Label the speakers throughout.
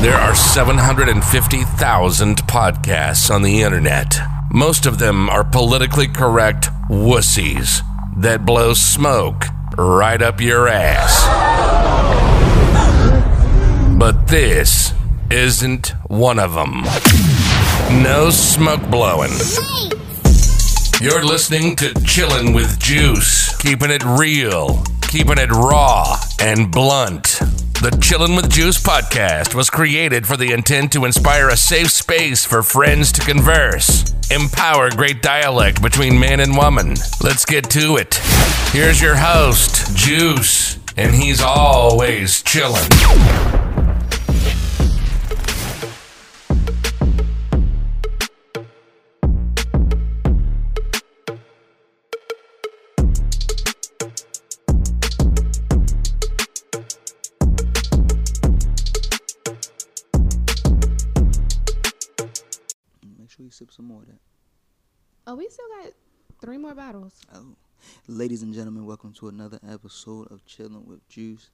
Speaker 1: There are 750,000 podcasts on the internet. Most of them are politically correct wussies that blow smoke right up your ass. But this isn't one of them. No smoke blowing. You're listening to Chillin' with Juice, keeping it real, keeping it raw and blunt. The Chillin' with Juice podcast was created for the intent to inspire a safe space for friends to converse, empower great dialect between man and woman. Let's get to it. Here's your host, Juice, and he's always chillin'.
Speaker 2: Make sure you sip some more of that.
Speaker 3: Oh, we still got three more bottles.
Speaker 2: Oh. Ladies and gentlemen, welcome to another episode of Chilling with Juice.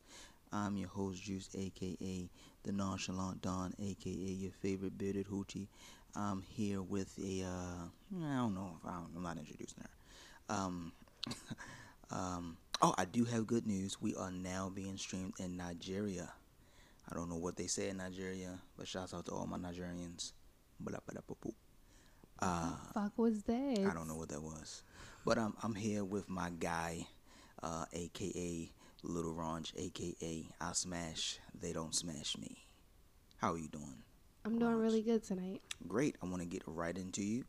Speaker 2: I'm your host, Juice, aka the Nonchalant Don, aka your favorite bearded hoochie. I'm here with a, uh, I don't know, I don't, I'm not introducing her. Um, um, oh, I do have good news. We are now being streamed in Nigeria. I don't know what they say in Nigeria, but shouts out to all my Nigerians. Blah, blah, blah, blah, blah. Uh,
Speaker 3: Fuck was that?
Speaker 2: I don't know what that was. But um, I'm here with my guy, uh, aka Little Ronge, aka I Smash, They Don't Smash Me. How are you doing?
Speaker 3: I'm doing really good tonight.
Speaker 2: Great. I want to get right into you.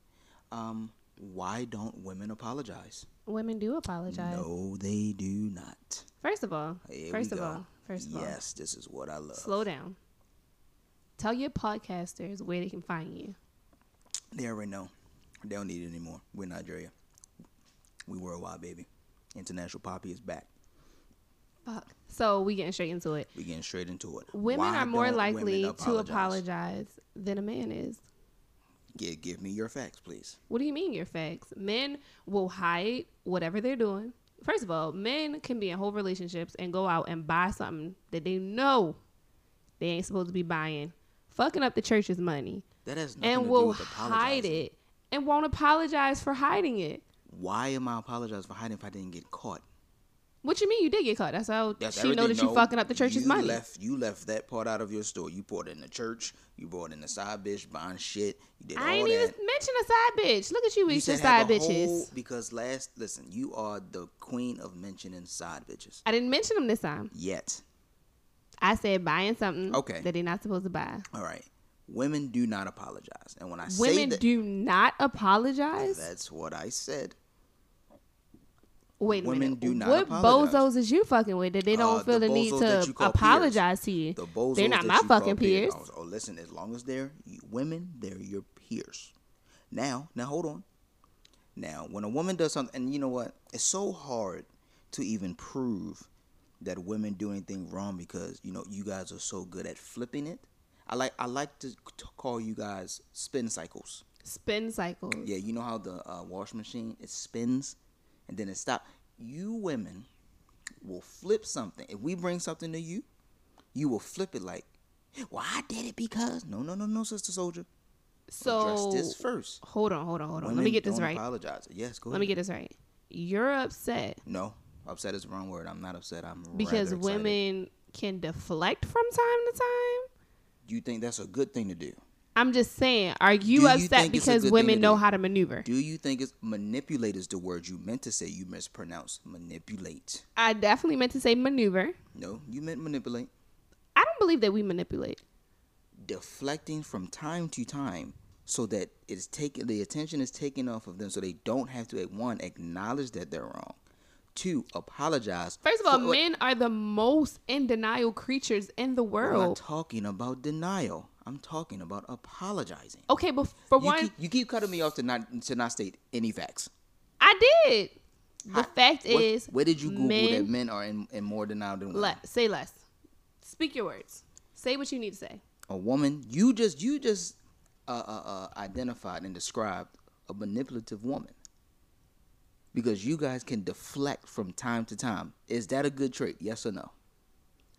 Speaker 2: Um, why don't women apologize?
Speaker 3: Women do apologize.
Speaker 2: No, they do not.
Speaker 3: First of all,
Speaker 2: Here
Speaker 3: first
Speaker 2: we
Speaker 3: of
Speaker 2: go.
Speaker 3: all, first of all,
Speaker 2: Yes, this is what I love.
Speaker 3: slow down. Tell your podcasters where they can find you.
Speaker 2: They already know. They don't need it anymore. We're Nigeria. We worldwide, baby. International Poppy is back.
Speaker 3: Fuck. So we getting straight into it.
Speaker 2: We're getting straight into it.
Speaker 3: Women
Speaker 2: Why
Speaker 3: are more
Speaker 2: don't women
Speaker 3: likely to apologize than a man is.
Speaker 2: Yeah, give me your facts, please.
Speaker 3: What do you mean your facts? Men will hide whatever they're doing. First of all, men can be in whole relationships and go out and buy something that they know they ain't supposed to be buying, fucking up the church's money,
Speaker 2: That has nothing
Speaker 3: and
Speaker 2: to do
Speaker 3: will
Speaker 2: with
Speaker 3: hide
Speaker 2: apologizing.
Speaker 3: it and won't apologize for hiding it.
Speaker 2: Why am I apologizing for hiding if I didn't get caught?
Speaker 3: What you mean you did get caught? That's how
Speaker 2: That's
Speaker 3: she know
Speaker 2: everything.
Speaker 3: that you
Speaker 2: No,
Speaker 3: fucking up the church's
Speaker 2: you
Speaker 3: money.
Speaker 2: Left, you left that part out of your story. You poured in the church. You brought in the side bitch, buying shit. You did all
Speaker 3: I ain't
Speaker 2: that.
Speaker 3: even mention a side bitch. Look at you,
Speaker 2: you
Speaker 3: with your
Speaker 2: said have
Speaker 3: side
Speaker 2: a
Speaker 3: bitches.
Speaker 2: whole- because last, listen, you are the queen of mentioning side bitches.
Speaker 3: I didn't mention them this time.
Speaker 2: Yet,
Speaker 3: I said buying something
Speaker 2: Okay.
Speaker 3: that they're not supposed to buy.
Speaker 2: all right, women do not apologize, and when I say
Speaker 3: Women
Speaker 2: that,
Speaker 3: do not apologize.
Speaker 2: that's what I said.
Speaker 3: Wait a
Speaker 2: Women
Speaker 3: minute.
Speaker 2: do not
Speaker 3: what
Speaker 2: apologize.
Speaker 3: bozos is you fucking with that they don't
Speaker 2: Uh,
Speaker 3: feel the,
Speaker 2: bozos
Speaker 3: need
Speaker 2: that
Speaker 3: to
Speaker 2: you call peers.
Speaker 3: apologize to you?
Speaker 2: The bozos
Speaker 3: they're not
Speaker 2: that
Speaker 3: my
Speaker 2: you call
Speaker 3: fucking peers.
Speaker 2: Oh, oh, listen, as long as they're you- women, they're your peers. Now, now hold on. Now, when a woman does something, and you know what, it's so hard to even prove that women do anything wrong because you know you guys are so good at flipping it. I like I like to, to call you guys spin cycles.
Speaker 3: Spin cycles.
Speaker 2: Yeah, you know how the uh, wash machine it spins and then it stops. You women will flip something. If we bring something to you, you will flip it like, "Well, I did it because." No, no, no, no, sister soldier.
Speaker 3: So
Speaker 2: Address this first.
Speaker 3: hold on, hold on, hold on. Let
Speaker 2: Women
Speaker 3: me get this
Speaker 2: don't
Speaker 3: right.
Speaker 2: Apologize. Yes, go
Speaker 3: Let
Speaker 2: ahead.
Speaker 3: me get this right. You're upset
Speaker 2: no, upset is the wrong word. I'm not upset. I'm
Speaker 3: because
Speaker 2: rather excited.
Speaker 3: women can deflect from time to time.
Speaker 2: You think that's a good thing to do?
Speaker 3: I'm just saying, are you
Speaker 2: Do you
Speaker 3: upset
Speaker 2: think it's a good
Speaker 3: because
Speaker 2: thing to
Speaker 3: women know
Speaker 2: do?
Speaker 3: how to maneuver?
Speaker 2: Do you think it's manipulate is the word you meant to say? You mispronounced manipulate.
Speaker 3: I definitely meant to say maneuver.
Speaker 2: No, you meant manipulate.
Speaker 3: I don't believe that we manipulate.
Speaker 2: deflecting from time to time so that it's taken the attention is taken off of them so they don't have to at one acknowledge that they're wrong two apologize
Speaker 3: First of all,
Speaker 2: for-
Speaker 3: men are the most in denial creatures in the
Speaker 2: i'm not
Speaker 3: world.
Speaker 2: talking about denial i'm talking about apologizing
Speaker 3: Okay, but for
Speaker 2: you
Speaker 3: one,
Speaker 2: keep, you keep cutting me off to not to not state any facts
Speaker 3: I did. The fact
Speaker 2: What-
Speaker 3: is,
Speaker 2: where did you google
Speaker 3: men,
Speaker 2: that men are in, in more denial than women
Speaker 3: le- say less. Speak your words. Say what you need to say.
Speaker 2: a woman you just you just uh, uh, uh, identified and described a manipulative woman because you guys can deflect from time to time is that a good trait yes or no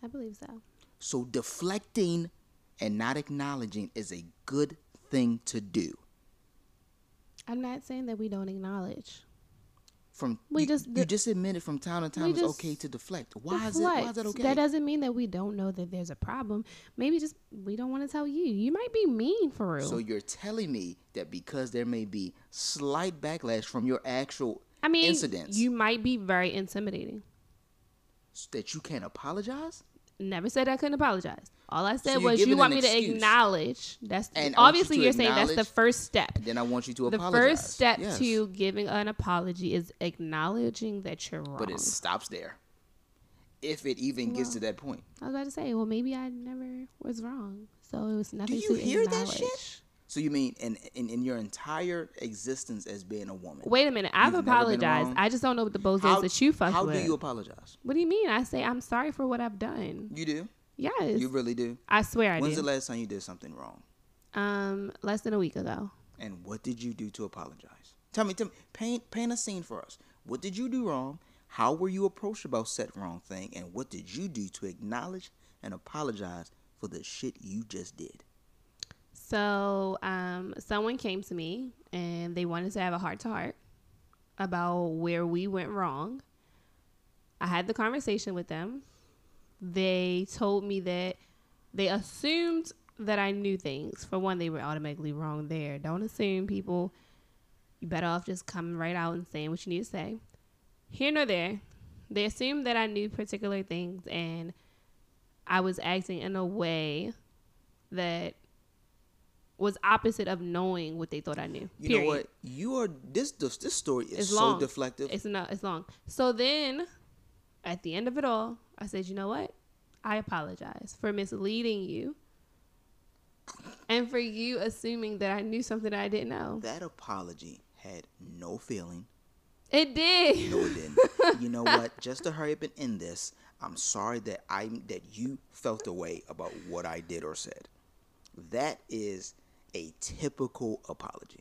Speaker 3: I believe so.
Speaker 2: so deflecting and not acknowledging is a good thing to do.
Speaker 3: I'm not saying that we don't acknowledge.
Speaker 2: From
Speaker 3: We
Speaker 2: you,
Speaker 3: just-
Speaker 2: you just admitted from time to time
Speaker 3: we
Speaker 2: it's
Speaker 3: just
Speaker 2: okay to deflect. Why is it? Why is that
Speaker 3: Deflect.
Speaker 2: okay?
Speaker 3: That doesn't mean that we don't know that there's a problem. Maybe just we don't want to tell you. You might be mean for real.
Speaker 2: so you're telling me that because there may be slight backlash from your actual
Speaker 3: I mean,
Speaker 2: incidents,
Speaker 3: you might be very intimidating.
Speaker 2: that you can't apologize.
Speaker 3: Never said I couldn't apologize. All I said
Speaker 2: you're
Speaker 3: was
Speaker 2: giving
Speaker 3: you want
Speaker 2: an
Speaker 3: me
Speaker 2: excuse.
Speaker 3: to acknowledge. That's
Speaker 2: And I want you
Speaker 3: obviously
Speaker 2: to
Speaker 3: you're saying that's the
Speaker 2: acknowledge
Speaker 3: first step.
Speaker 2: Then I want you to
Speaker 3: The
Speaker 2: apologize.
Speaker 3: first step
Speaker 2: Yes.
Speaker 3: to giving an apology is acknowledging that you're wrong.
Speaker 2: but it stops there. If it even gets to that point,
Speaker 3: I was about to say, well, maybe I never was wrong, so it was nothing.
Speaker 2: you
Speaker 3: to
Speaker 2: hear that
Speaker 3: acknowledge.
Speaker 2: shit? so you mean in in, in your entire existence as being a woman,
Speaker 3: Wait a minute, I've
Speaker 2: You've never been
Speaker 3: apologized.
Speaker 2: wrong.
Speaker 3: I just don't know what the bozos
Speaker 2: how,
Speaker 3: that you fucked
Speaker 2: how
Speaker 3: with.
Speaker 2: do you apologize?
Speaker 3: what do you mean? I say I'm sorry for what I've done.
Speaker 2: You do.
Speaker 3: Yes,
Speaker 2: You really do.
Speaker 3: I swear I
Speaker 2: When's
Speaker 3: did.
Speaker 2: the last time you did something wrong?
Speaker 3: um, less than a week ago.
Speaker 2: And what did you do to apologize? Tell me, tell me, paint paint a scene for us. What did you do wrong? How were you approached about said wrong thing? And what did you do to acknowledge and apologize for the shit you just did?
Speaker 3: So, um, someone came to me and they wanted to have a heart to heart about where we went wrong. I had the conversation with them. They told me that they assumed that I knew things. For one, they were automatically wrong there. Don't assume people. You better off just coming right out and saying what you need to say. Here nor there, they assumed that I knew particular things and I was acting in a way that was opposite of knowing what they thought I knew.
Speaker 2: You
Speaker 3: period.
Speaker 2: know what? You are this this, this story is
Speaker 3: It's
Speaker 2: so
Speaker 3: long.
Speaker 2: deflective.
Speaker 3: It's not. It's long. So then, at the end of it all, I said, "You know what? I apologize for misleading you, and for you assuming that I knew something that I didn't know.
Speaker 2: that apology had no feeling.
Speaker 3: It did.
Speaker 2: No, it didn't. you know what? Just to hurry up and end this, I'm sorry that I'm that you felt the way about what I did or said. That is a typical apology.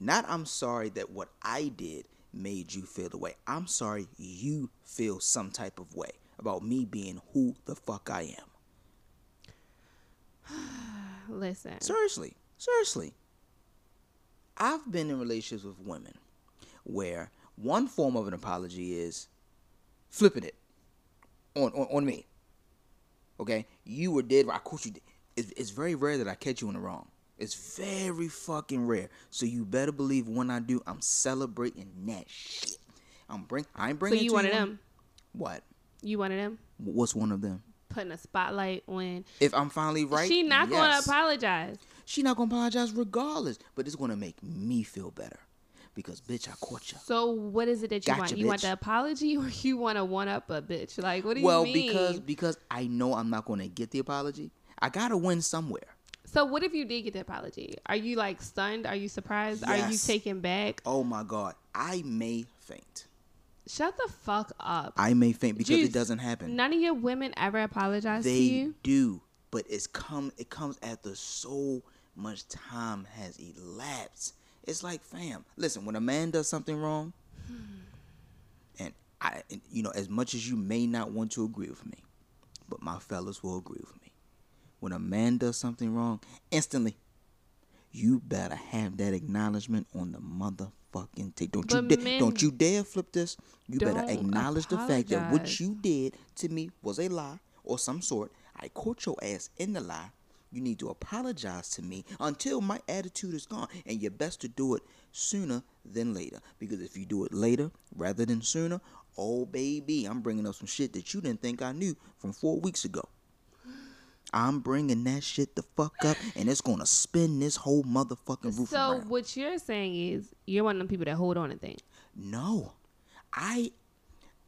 Speaker 2: Not I'm sorry that what I did made you feel the way. I'm sorry you feel some type of way about me being who the fuck I am.
Speaker 3: Listen,
Speaker 2: Seriously, seriously. I've been in relationships with women where one form of an apology is flipping it on on, on me. Okay, you were dead. I caught you. dead. It's, it's very rare that I catch you in the wrong. It's very fucking rare. So you better believe when I do, I'm celebrating that shit. I'm bring. I ain't
Speaker 3: so
Speaker 2: bringing. it
Speaker 3: you
Speaker 2: to
Speaker 3: wanted
Speaker 2: you.
Speaker 3: them.
Speaker 2: What?
Speaker 3: You wanted them
Speaker 2: What's one of them?
Speaker 3: putting a spotlight on.
Speaker 2: If I'm finally right,
Speaker 3: She not gonna
Speaker 2: yes.
Speaker 3: apologize.
Speaker 2: She not gonna apologize regardless, but it's gonna make me feel better because bitch, I caught you.
Speaker 3: So what is it that you
Speaker 2: Gotcha,
Speaker 3: want? You want
Speaker 2: bitch.
Speaker 3: the apology, or you want to one up a bitch? Like what do
Speaker 2: Well,
Speaker 3: you mean?
Speaker 2: because because I know I'm not gonna get the apology. I gotta win somewhere.
Speaker 3: So what if you did get the apology? Are you like stunned? Are you surprised? Are you
Speaker 2: Yes.
Speaker 3: taken back?
Speaker 2: Oh my god, I may faint.
Speaker 3: Shut the fuck up.
Speaker 2: I may faint because
Speaker 3: Juice,
Speaker 2: it doesn't happen.
Speaker 3: None of your women ever apologize to
Speaker 2: they
Speaker 3: you.
Speaker 2: do, but it's come. It comes after so much time has elapsed. It's like, fam, listen. When a man does something wrong,
Speaker 3: Hmm.
Speaker 2: and I, and, you know, as much as you may not want to agree with me, but my fellas will agree with me. When a man does something wrong, instantly, you better have that acknowledgement on the motherfucking tape. Don't
Speaker 3: But
Speaker 2: you da-
Speaker 3: men
Speaker 2: don't you dare flip this. You better
Speaker 3: don't
Speaker 2: acknowledge the fact that what
Speaker 3: apologize.
Speaker 2: you did to me was a lie or some sort. I caught your ass in the lie. You need to apologize to me until my attitude is gone. And you're best to do it sooner than later. Because if you do it later rather than sooner, oh, baby, I'm bringing up some shit that you didn't think I knew from four weeks ago. I'm bringing that shit the fuck up, and it's gonna spin this whole motherfucking roof
Speaker 3: So
Speaker 2: around.
Speaker 3: what you're saying is you're one of them people that hold on to things.
Speaker 2: No, I,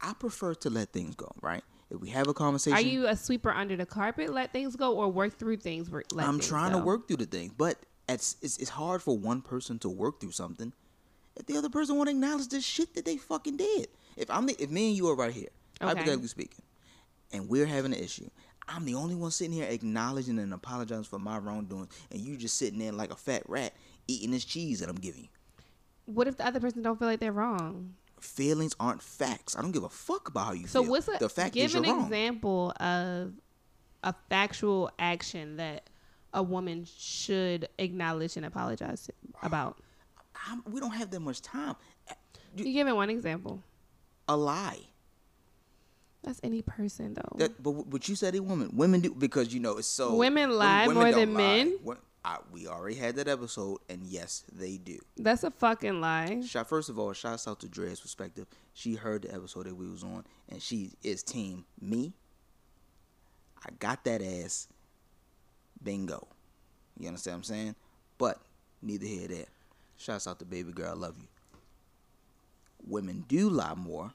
Speaker 2: I prefer to let things go. Right? If we have a conversation,
Speaker 3: Are you a sweeper under the carpet? Let things go, or work through things. wor- Let
Speaker 2: I'm
Speaker 3: things
Speaker 2: trying
Speaker 3: go?
Speaker 2: to work through the thing, but it's, it's it's hard for one person to work through something if the other person won't acknowledge the shit that they fucking did. If I'm the, if me and you are right here,
Speaker 3: Okay.
Speaker 2: hypothetically speaking, and we're having an issue, I'm the only one sitting here acknowledging and apologizing for my wrongdoings, and you just sitting there like a fat rat eating this cheese that I'm giving you.
Speaker 3: What if the other person don't feel like they're wrong?
Speaker 2: Feelings aren't facts. I don't give a fuck about how you
Speaker 3: So
Speaker 2: feel.
Speaker 3: what's a,
Speaker 2: the fact
Speaker 3: give
Speaker 2: is you're
Speaker 3: an
Speaker 2: wrong.
Speaker 3: example of a factual action that a woman should acknowledge and apologize about.
Speaker 2: I'm, we don't have that much time.
Speaker 3: You give me one example.
Speaker 2: A lie.
Speaker 3: That's any person though.
Speaker 2: That, but but you said a woman. Women do because you know it's so. oh,
Speaker 3: Women lie more
Speaker 2: don't
Speaker 3: than men?
Speaker 2: Wo- I, we already had that episode, and yes, they do.
Speaker 3: That's a fucking lie.
Speaker 2: Shot first of all, shouts out to Dre's perspective. She heard the episode that we was on, and she is team me. I got that ass. Bingo. You understand what I'm saying? But neither here nor there. Shouts out to baby girl, I love you. Women do lie more.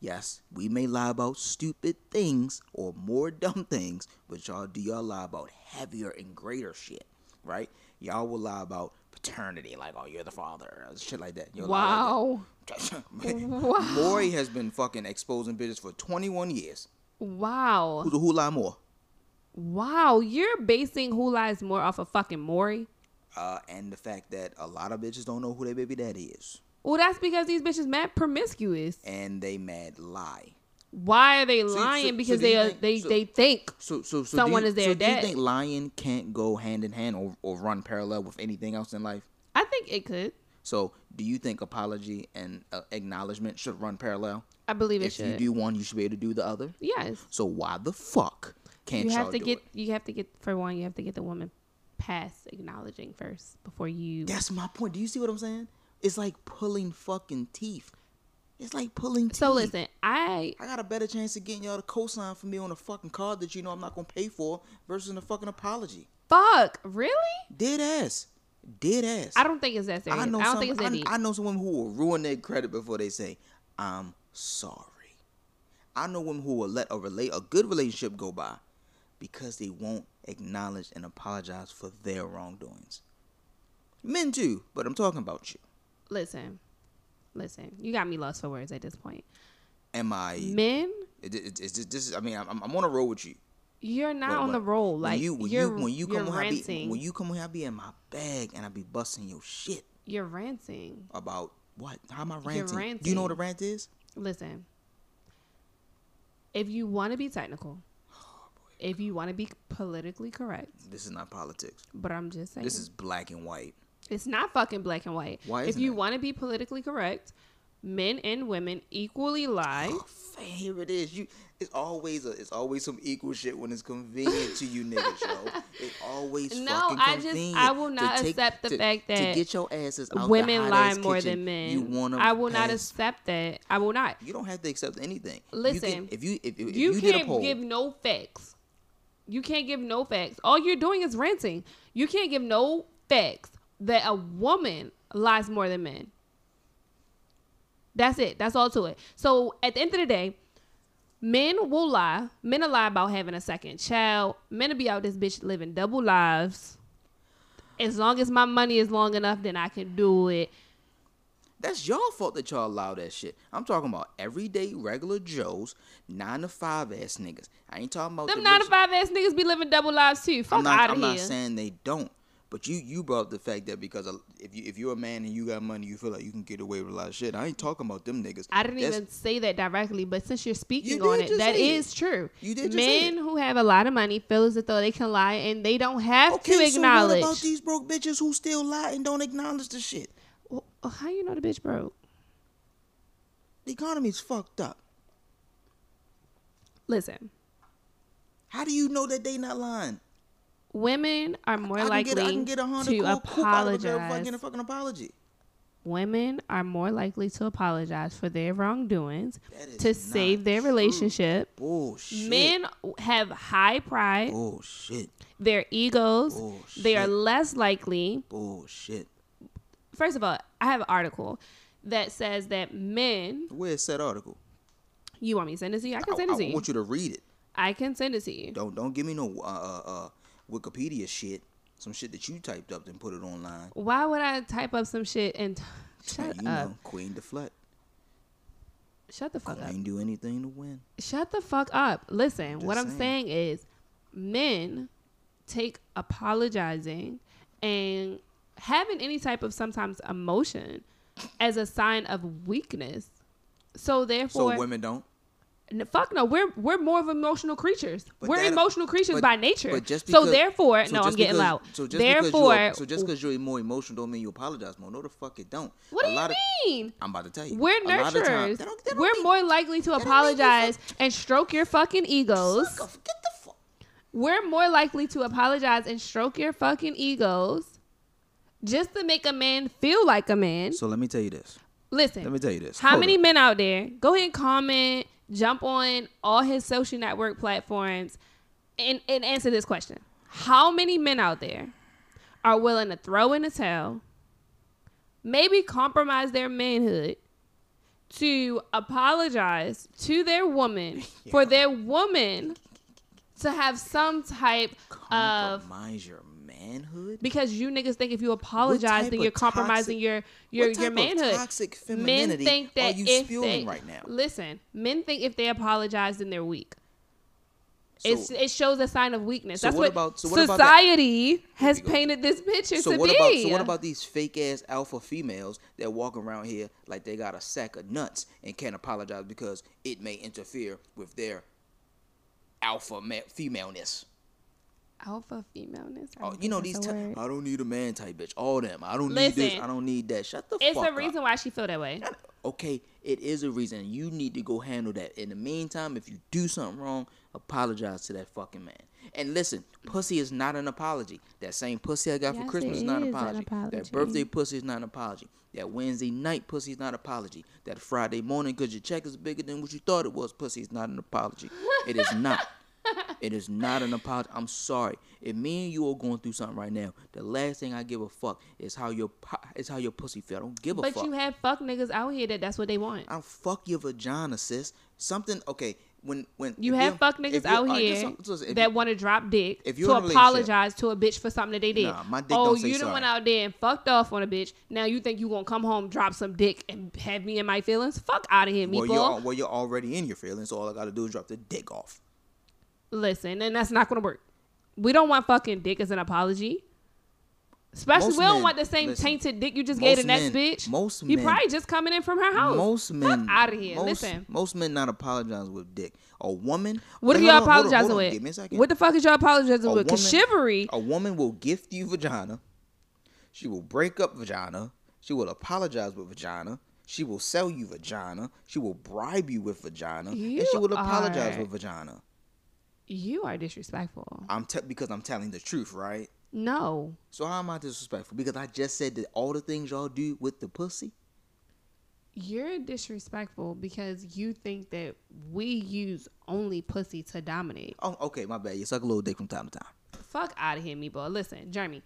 Speaker 2: Yes, we may lie about stupid things or more dumb things, but y'all do y'all lie about heavier and greater shit, right? Y'all will lie about paternity, like oh you're the father, or shit like that. You'll lie
Speaker 3: Wow.
Speaker 2: like that. Maury has been fucking exposing bitches for 21 years.
Speaker 3: Wow.
Speaker 2: Who, who lie more?
Speaker 3: Wow. You're basing who lies more off of fucking Maury.
Speaker 2: Uh, and the fact that a lot of bitches don't know who their baby daddy is,
Speaker 3: Well, that's because these bitches mad promiscuous.
Speaker 2: and they mad lie.
Speaker 3: Why are they
Speaker 2: so-
Speaker 3: lying?
Speaker 2: so
Speaker 3: because
Speaker 2: do
Speaker 3: they
Speaker 2: you
Speaker 3: are,
Speaker 2: think-
Speaker 3: they
Speaker 2: so-
Speaker 3: they think.
Speaker 2: So, so, so
Speaker 3: Someone
Speaker 2: do you,
Speaker 3: is their
Speaker 2: so Do
Speaker 3: dad.
Speaker 2: you think lying can't go hand in hand or, or run parallel with anything else in life?
Speaker 3: I think it could.
Speaker 2: So, do you think apology and uh, acknowledgement should run parallel?
Speaker 3: I believe it
Speaker 2: If
Speaker 3: should.
Speaker 2: you do one, you should be able to do the other.
Speaker 3: yes.
Speaker 2: So why the fuck can't
Speaker 3: You
Speaker 2: you
Speaker 3: have
Speaker 2: all
Speaker 3: to
Speaker 2: do
Speaker 3: get
Speaker 2: it?
Speaker 3: you have to get for one, you have to get the woman past acknowledging first before you
Speaker 2: That's my point. Do you see what I'm saying? It's like pulling fucking teeth. It's like pulling teeth.
Speaker 3: So listen, I
Speaker 2: I got a better chance of getting y'all to cosign for me on a fucking card that you know I'm not gonna pay for versus a fucking apology.
Speaker 3: fuck really.
Speaker 2: Dead ass. Dead ass.
Speaker 3: I don't think it's that serious. I, don't
Speaker 2: some,
Speaker 3: think it's that deep.
Speaker 2: I, I know some women who will ruin their credit before they say, "I'm sorry." I know women who will let a relate a good relationship go by because they won't acknowledge and apologize for their wrongdoings. Men too, but I'm talking about you.
Speaker 3: listen, listen, you got me lost for words at this point.
Speaker 2: Am I? E.
Speaker 3: Men,
Speaker 2: It, it, it's just- this is. I mean, I'm, I'm on a roll with you.
Speaker 3: you're not
Speaker 2: But
Speaker 3: on
Speaker 2: when-
Speaker 3: the roll.
Speaker 2: when
Speaker 3: Like
Speaker 2: you, when
Speaker 3: you're,
Speaker 2: you, when you come,
Speaker 3: you're
Speaker 2: when I be,
Speaker 3: ranting.
Speaker 2: when you come, when I be in my bag and I be busting your shit
Speaker 3: you're ranting.
Speaker 2: about what? How am I ranting? Do you
Speaker 3: ranting.
Speaker 2: know what a rant is?
Speaker 3: Listen, if you want to be technical, if you want to be politically correct,
Speaker 2: This is not politics.
Speaker 3: but I'm just saying,
Speaker 2: This is black and white.
Speaker 3: it's not fucking black and white.
Speaker 2: Why
Speaker 3: if
Speaker 2: isn't
Speaker 3: you
Speaker 2: it?
Speaker 3: want to be politically correct, men and women equally lie.
Speaker 2: Fam, Here it is. You, it's always a, it's always some equal shit when it's convenient to you niggas, yo. It always
Speaker 3: No,
Speaker 2: fucking
Speaker 3: I just-
Speaker 2: convenient.
Speaker 3: I will
Speaker 2: to
Speaker 3: not accept the
Speaker 2: to-
Speaker 3: fact that
Speaker 2: to get your asses out
Speaker 3: Women
Speaker 2: the
Speaker 3: lie
Speaker 2: hot-ass
Speaker 3: more
Speaker 2: kitchen,
Speaker 3: than men.
Speaker 2: You want
Speaker 3: I will not accept that. I will not.
Speaker 2: You don't have to accept anything. You can-
Speaker 3: Listen,
Speaker 2: if you if, if if
Speaker 3: you,
Speaker 2: you did a
Speaker 3: can't
Speaker 2: poll,
Speaker 3: give no facts. You can't give no facts. All you're doing is ranting. You can't give no facts that a woman lies more than men. That's it. That's all to it. So at the end of the day, men will lie. Men will lie about having a second child. Men will be out this bitch living double lives. As long as my money is long enough, then I can do it.
Speaker 2: That's y'all fault that y'all allow that shit. I'm talking about everyday regular Joes, nine to five ass niggas. I ain't talking about
Speaker 3: Them
Speaker 2: the
Speaker 3: nine to
Speaker 2: rich-
Speaker 3: five ass niggas be living double lives too. Fuck
Speaker 2: I'm not.
Speaker 3: out of
Speaker 2: I'm
Speaker 3: here.
Speaker 2: not saying they don't. But you you brought up the fact that because a- if you if you're a man and you got money, you feel like you can get away with a lot of shit. I ain't talking about them niggas.
Speaker 3: I didn't
Speaker 2: That's-
Speaker 3: even say that directly, but since you're speaking
Speaker 2: You
Speaker 3: on
Speaker 2: did
Speaker 3: it,
Speaker 2: just
Speaker 3: that
Speaker 2: say it.
Speaker 3: is true.
Speaker 2: You did just say
Speaker 3: Men
Speaker 2: it.
Speaker 3: who have a lot of money feel as though they can lie and they don't have to
Speaker 2: Okay, so what
Speaker 3: acknowledge.
Speaker 2: about these broke bitches who still lie and don't acknowledge the shit?
Speaker 3: Well, How you know the bitch broke?
Speaker 2: The economy's fucked up.
Speaker 3: Listen,
Speaker 2: How do you know that they not lying?
Speaker 3: women are more
Speaker 2: I
Speaker 3: likely
Speaker 2: can get I can get a hundred
Speaker 3: to
Speaker 2: cool, cool out of a girl if I
Speaker 3: apologize.
Speaker 2: get a fucking apology.
Speaker 3: women are more likely to apologize for their wrongdoings
Speaker 2: That is
Speaker 3: to
Speaker 2: not
Speaker 3: save their
Speaker 2: true.
Speaker 3: relationship.
Speaker 2: Bullshit.
Speaker 3: Men have high pride.
Speaker 2: Bullshit.
Speaker 3: Their egos. They are
Speaker 2: Bullshit.
Speaker 3: less likely
Speaker 2: Bullshit.
Speaker 3: first of all, I have an article that says that men.
Speaker 2: Where's that article?
Speaker 3: You want me to send it to you? I
Speaker 2: I,
Speaker 3: can send it to
Speaker 2: I
Speaker 3: you.
Speaker 2: want you to read it.
Speaker 3: I can send it to you.
Speaker 2: Don't don't give me no uh, uh, uh, Wikipedia shit. Some shit that you typed up and put it online.
Speaker 3: Why would I type up some shit and shut
Speaker 2: you
Speaker 3: up?
Speaker 2: know, Queen deflect.
Speaker 3: Shut the fuck up.
Speaker 2: Queen do anything to win.
Speaker 3: Shut the fuck up. Listen, what I'm
Speaker 2: Just
Speaker 3: saying is men take apologizing and having any type of sometimes emotion as a sign of weakness. So
Speaker 2: So
Speaker 3: therefore,
Speaker 2: women don't.
Speaker 3: N- Fuck no, we're we're more of emotional creatures.
Speaker 2: But
Speaker 3: we're
Speaker 2: that-
Speaker 3: emotional creatures
Speaker 2: but-
Speaker 3: by nature.
Speaker 2: but just
Speaker 3: so
Speaker 2: because-
Speaker 3: therefore,
Speaker 2: so
Speaker 3: no, I'm
Speaker 2: just
Speaker 3: getting
Speaker 2: because-
Speaker 3: loud.
Speaker 2: So just
Speaker 3: therefore,
Speaker 2: because you're, so just because you're more emotional don't mean you apologize more. No, the fuck it don't.
Speaker 3: what
Speaker 2: A
Speaker 3: do you
Speaker 2: lot of-
Speaker 3: mean?
Speaker 2: I'm about to tell you.
Speaker 3: We're
Speaker 2: A lot of
Speaker 3: nurturers.
Speaker 2: times- that don't- that don't
Speaker 3: we're
Speaker 2: mean-
Speaker 3: more likely to
Speaker 2: don't mean you
Speaker 3: apologize and stroke your fucking egos.
Speaker 2: Fuck, Get the fuck.
Speaker 3: We're more likely to apologize and stroke your fucking egos just to make a man feel like a man.
Speaker 2: So let me tell you this.
Speaker 3: Listen.
Speaker 2: Let me tell you this.
Speaker 3: How
Speaker 2: Hold
Speaker 3: many
Speaker 2: up.
Speaker 3: men out there? Go ahead and comment, jump on all his social network platforms, and, and answer this question. How many men out there are willing to throw in the towel, maybe compromise their manhood, to apologize to their woman for their woman to have some type of
Speaker 2: compromise your manhood?
Speaker 3: because you niggas think if you
Speaker 2: What
Speaker 3: apologize,
Speaker 2: type
Speaker 3: then
Speaker 2: of
Speaker 3: you're
Speaker 2: toxic-
Speaker 3: compromising your your
Speaker 2: what type
Speaker 3: your
Speaker 2: of
Speaker 3: manhood.
Speaker 2: toxic femininity are you
Speaker 3: if
Speaker 2: spewing
Speaker 3: they-
Speaker 2: right now?
Speaker 3: Listen, men think if they apologize, then they're weak. it's,
Speaker 2: So-
Speaker 3: it shows a sign of weakness.
Speaker 2: So
Speaker 3: That's
Speaker 2: what
Speaker 3: what,
Speaker 2: about- so what about that-
Speaker 3: society has
Speaker 2: we go.
Speaker 3: painted this picture
Speaker 2: So
Speaker 3: to
Speaker 2: what
Speaker 3: be.
Speaker 2: about so what about these fake ass alpha females that walk around here like they got a sack of nuts and can't apologize because it may interfere with their alpha ma- femaleness?
Speaker 3: alpha femaleness? I
Speaker 2: Oh,
Speaker 3: don't
Speaker 2: you know
Speaker 3: think
Speaker 2: these.
Speaker 3: that's
Speaker 2: T-
Speaker 3: a word.
Speaker 2: I don't need a man type bitch. All them. I don't need
Speaker 3: Listen,
Speaker 2: this. I don't need that. Shut the
Speaker 3: it's
Speaker 2: fuck
Speaker 3: a
Speaker 2: up.
Speaker 3: reason why she feel that way.
Speaker 2: okay, it is a reason. You need to go handle that. In the meantime, if you do something wrong, apologize to that fucking man. And listen, pussy is not an apology. That same pussy I got
Speaker 3: Yes,
Speaker 2: for Christmas
Speaker 3: it
Speaker 2: is not an
Speaker 3: is an
Speaker 2: apology.
Speaker 3: apology.
Speaker 2: That birthday pussy is not an apology. That Wednesday night pussy is not an apology. That Friday morning because your check is bigger than what you thought it was pussy is not an apology. It is not. It is not an apology. I'm sorry. If me and you are going through something right now, the last thing I give a fuck is how your po- is how your pussy feel. I don't give a
Speaker 3: But
Speaker 2: fuck.
Speaker 3: you have fuck niggas out here that that's what they want.
Speaker 2: I'll fuck your vagina, sis. Something okay. When when
Speaker 3: You
Speaker 2: if
Speaker 3: have
Speaker 2: you're-
Speaker 3: fuck
Speaker 2: if
Speaker 3: niggas
Speaker 2: you're-
Speaker 3: out
Speaker 2: all right, just
Speaker 3: here
Speaker 2: some- listen, if
Speaker 3: that
Speaker 2: you-
Speaker 3: want to drop dick
Speaker 2: if you're
Speaker 3: to
Speaker 2: in a relationship-
Speaker 3: apologize to a bitch for something that they did.
Speaker 2: Nah, my dick
Speaker 3: oh,
Speaker 2: don't say
Speaker 3: you done
Speaker 2: sorry.
Speaker 3: went out there and fucked off on a bitch. Now you think you gonna come home, drop some dick, and have me in my feelings? Fuck out of here,
Speaker 2: well,
Speaker 3: meatball.
Speaker 2: you're, al- well, you're already in your feelings, so all I gotta do is drop the dick off.
Speaker 3: Listen, and that's not gonna work. We don't want fucking dick as an apology. Especially
Speaker 2: Most
Speaker 3: we don't
Speaker 2: men-
Speaker 3: want the same
Speaker 2: listen,
Speaker 3: tainted dick you just gave the
Speaker 2: most
Speaker 3: next
Speaker 2: men-
Speaker 3: bitch.
Speaker 2: most
Speaker 3: you
Speaker 2: men-
Speaker 3: probably just coming in from her house.
Speaker 2: Most men
Speaker 3: out of Oh, here.
Speaker 2: Most,
Speaker 3: Listen.
Speaker 2: most men not apologize with dick. A woman.
Speaker 3: What are
Speaker 2: Wait,
Speaker 3: y'all
Speaker 2: hold on, hold on, hold
Speaker 3: apologizing
Speaker 2: on,
Speaker 3: with?
Speaker 2: Give me a second.
Speaker 3: What the fuck is y'all apologizing
Speaker 2: A
Speaker 3: with? Cause
Speaker 2: woman- Oh.
Speaker 3: chivalry.
Speaker 2: A woman will gift you vagina. She will break up vagina. She will apologize with vagina. She will sell you vagina. She will bribe you with vagina, and she
Speaker 3: You
Speaker 2: will apologize
Speaker 3: are-
Speaker 2: with vagina.
Speaker 3: You are disrespectful.
Speaker 2: I'm te- because I'm telling the truth, right?
Speaker 3: No.
Speaker 2: So how am I disrespectful? Because I just said that all the things y'all do with the pussy.
Speaker 3: You're disrespectful because you think that we use only pussy to dominate.
Speaker 2: Oh, okay, my bad. You suck a little dick from time to time.
Speaker 3: Fuck out of here, meatball. Listen, Jeremy.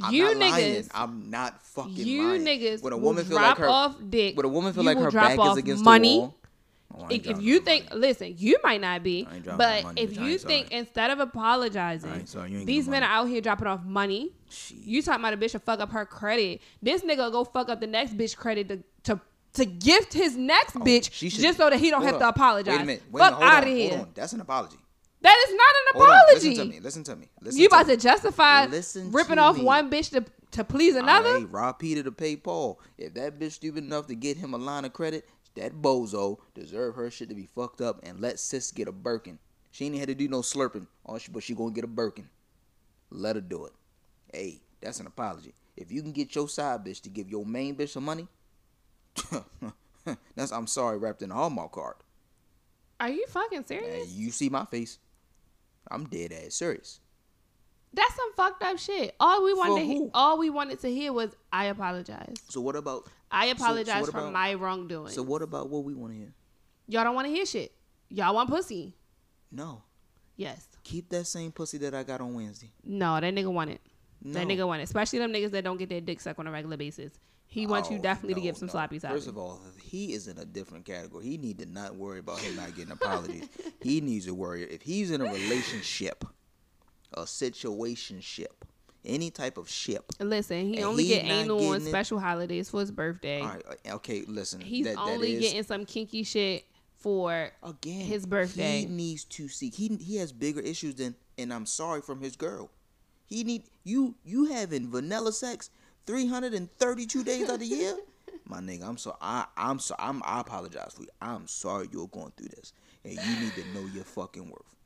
Speaker 2: I'm
Speaker 3: you
Speaker 2: not
Speaker 3: niggas,
Speaker 2: lying. I'm not fucking
Speaker 3: you
Speaker 2: lying.
Speaker 3: niggas,
Speaker 2: When a
Speaker 3: will
Speaker 2: woman feel
Speaker 3: drop
Speaker 2: like her,
Speaker 3: off dick.
Speaker 2: when a woman feel
Speaker 3: you
Speaker 2: like
Speaker 3: will
Speaker 2: her
Speaker 3: drop
Speaker 2: back
Speaker 3: off
Speaker 2: is against
Speaker 3: money.
Speaker 2: the wall. Oh, I ain't
Speaker 3: If, if
Speaker 2: dropping
Speaker 3: you
Speaker 2: no
Speaker 3: think,
Speaker 2: money.
Speaker 3: listen, you might not be,
Speaker 2: I ain't dropping
Speaker 3: but
Speaker 2: no money,
Speaker 3: if
Speaker 2: bitch. I
Speaker 3: you
Speaker 2: ain't
Speaker 3: think
Speaker 2: sorry.
Speaker 3: instead of
Speaker 2: I
Speaker 3: apologizing,
Speaker 2: ain't sorry. You ain't
Speaker 3: these
Speaker 2: getting
Speaker 3: men
Speaker 2: no
Speaker 3: are out here dropping off money.
Speaker 2: Shit.
Speaker 3: You talking about a bitch to fuck up her credit. This nigga go fuck up the next bitch credit to to, to gift his next bitch
Speaker 2: Oh, she should-
Speaker 3: just so that he don't
Speaker 2: Hold
Speaker 3: have to
Speaker 2: up.
Speaker 3: apologize.
Speaker 2: Wait a minute. Wait a
Speaker 3: fuck
Speaker 2: minute. Hold
Speaker 3: out
Speaker 2: on.
Speaker 3: of
Speaker 2: Hold
Speaker 3: here.
Speaker 2: on. That's an apology.
Speaker 3: That is not
Speaker 2: Hold
Speaker 3: an
Speaker 2: on.
Speaker 3: apology.
Speaker 2: Listen to me. Listen to me. Listen
Speaker 3: you
Speaker 2: to
Speaker 3: about
Speaker 2: me.
Speaker 3: to justify
Speaker 2: Listen to
Speaker 3: ripping off
Speaker 2: me.
Speaker 3: one bitch to to please another?
Speaker 2: Hey, rob Peter to pay Paul. If that bitch stupid enough to get him a line of credit, that bozo deserve her shit to be fucked up and let sis get a Birkin. She ain't had to do no slurping, all she, but she gonna get a Birkin. Let her do it. Hey, that's an apology. If you can get your side bitch to give your main bitch some money, that's I'm sorry wrapped in a Hallmark card.
Speaker 3: Are you fucking serious?
Speaker 2: Hey, you see my face? I'm dead ass serious.
Speaker 3: That's some fucked up shit. All we wanted
Speaker 2: For
Speaker 3: to he-
Speaker 2: who?
Speaker 3: all we wanted to hear was I apologize.
Speaker 2: So what about?
Speaker 3: I
Speaker 2: so- so
Speaker 3: apologize
Speaker 2: what
Speaker 3: for
Speaker 2: about-
Speaker 3: my wrongdoing.
Speaker 2: So what about what we want to hear?
Speaker 3: Y'all don't want to hear shit. Y'all want pussy.
Speaker 2: No,
Speaker 3: Yes.
Speaker 2: keep that same pussy that I got on Wednesday.
Speaker 3: No, that nigga want it. That
Speaker 2: No.
Speaker 3: nigga want it. Especially them niggas that don't get their dick sucked on a regular basis. He wants you
Speaker 2: Oh,
Speaker 3: definitely
Speaker 2: no,
Speaker 3: to give some
Speaker 2: no.
Speaker 3: sloppy toppy.
Speaker 2: First of all, he is in a different category. He need to not worry about him not getting apologies. he needs to worry if he's in a relationship, a situationship, any type of ship.
Speaker 3: Listen, he
Speaker 2: And
Speaker 3: only
Speaker 2: he
Speaker 3: get
Speaker 2: not
Speaker 3: anal on
Speaker 2: getting it?
Speaker 3: special holidays for his birthday.
Speaker 2: All right, uh, okay, listen.
Speaker 3: He's
Speaker 2: that,
Speaker 3: only
Speaker 2: that is,
Speaker 3: getting some kinky shit for
Speaker 2: again
Speaker 3: his birthday.
Speaker 2: He needs to seek. He he has bigger issues than and I'm sorry from his girl. He need you you having vanilla sex 332 days out of the year. my nigga, I'm so I I'm so I'm I apologize for you. I'm sorry you're going through this, and you need to know your fucking worth.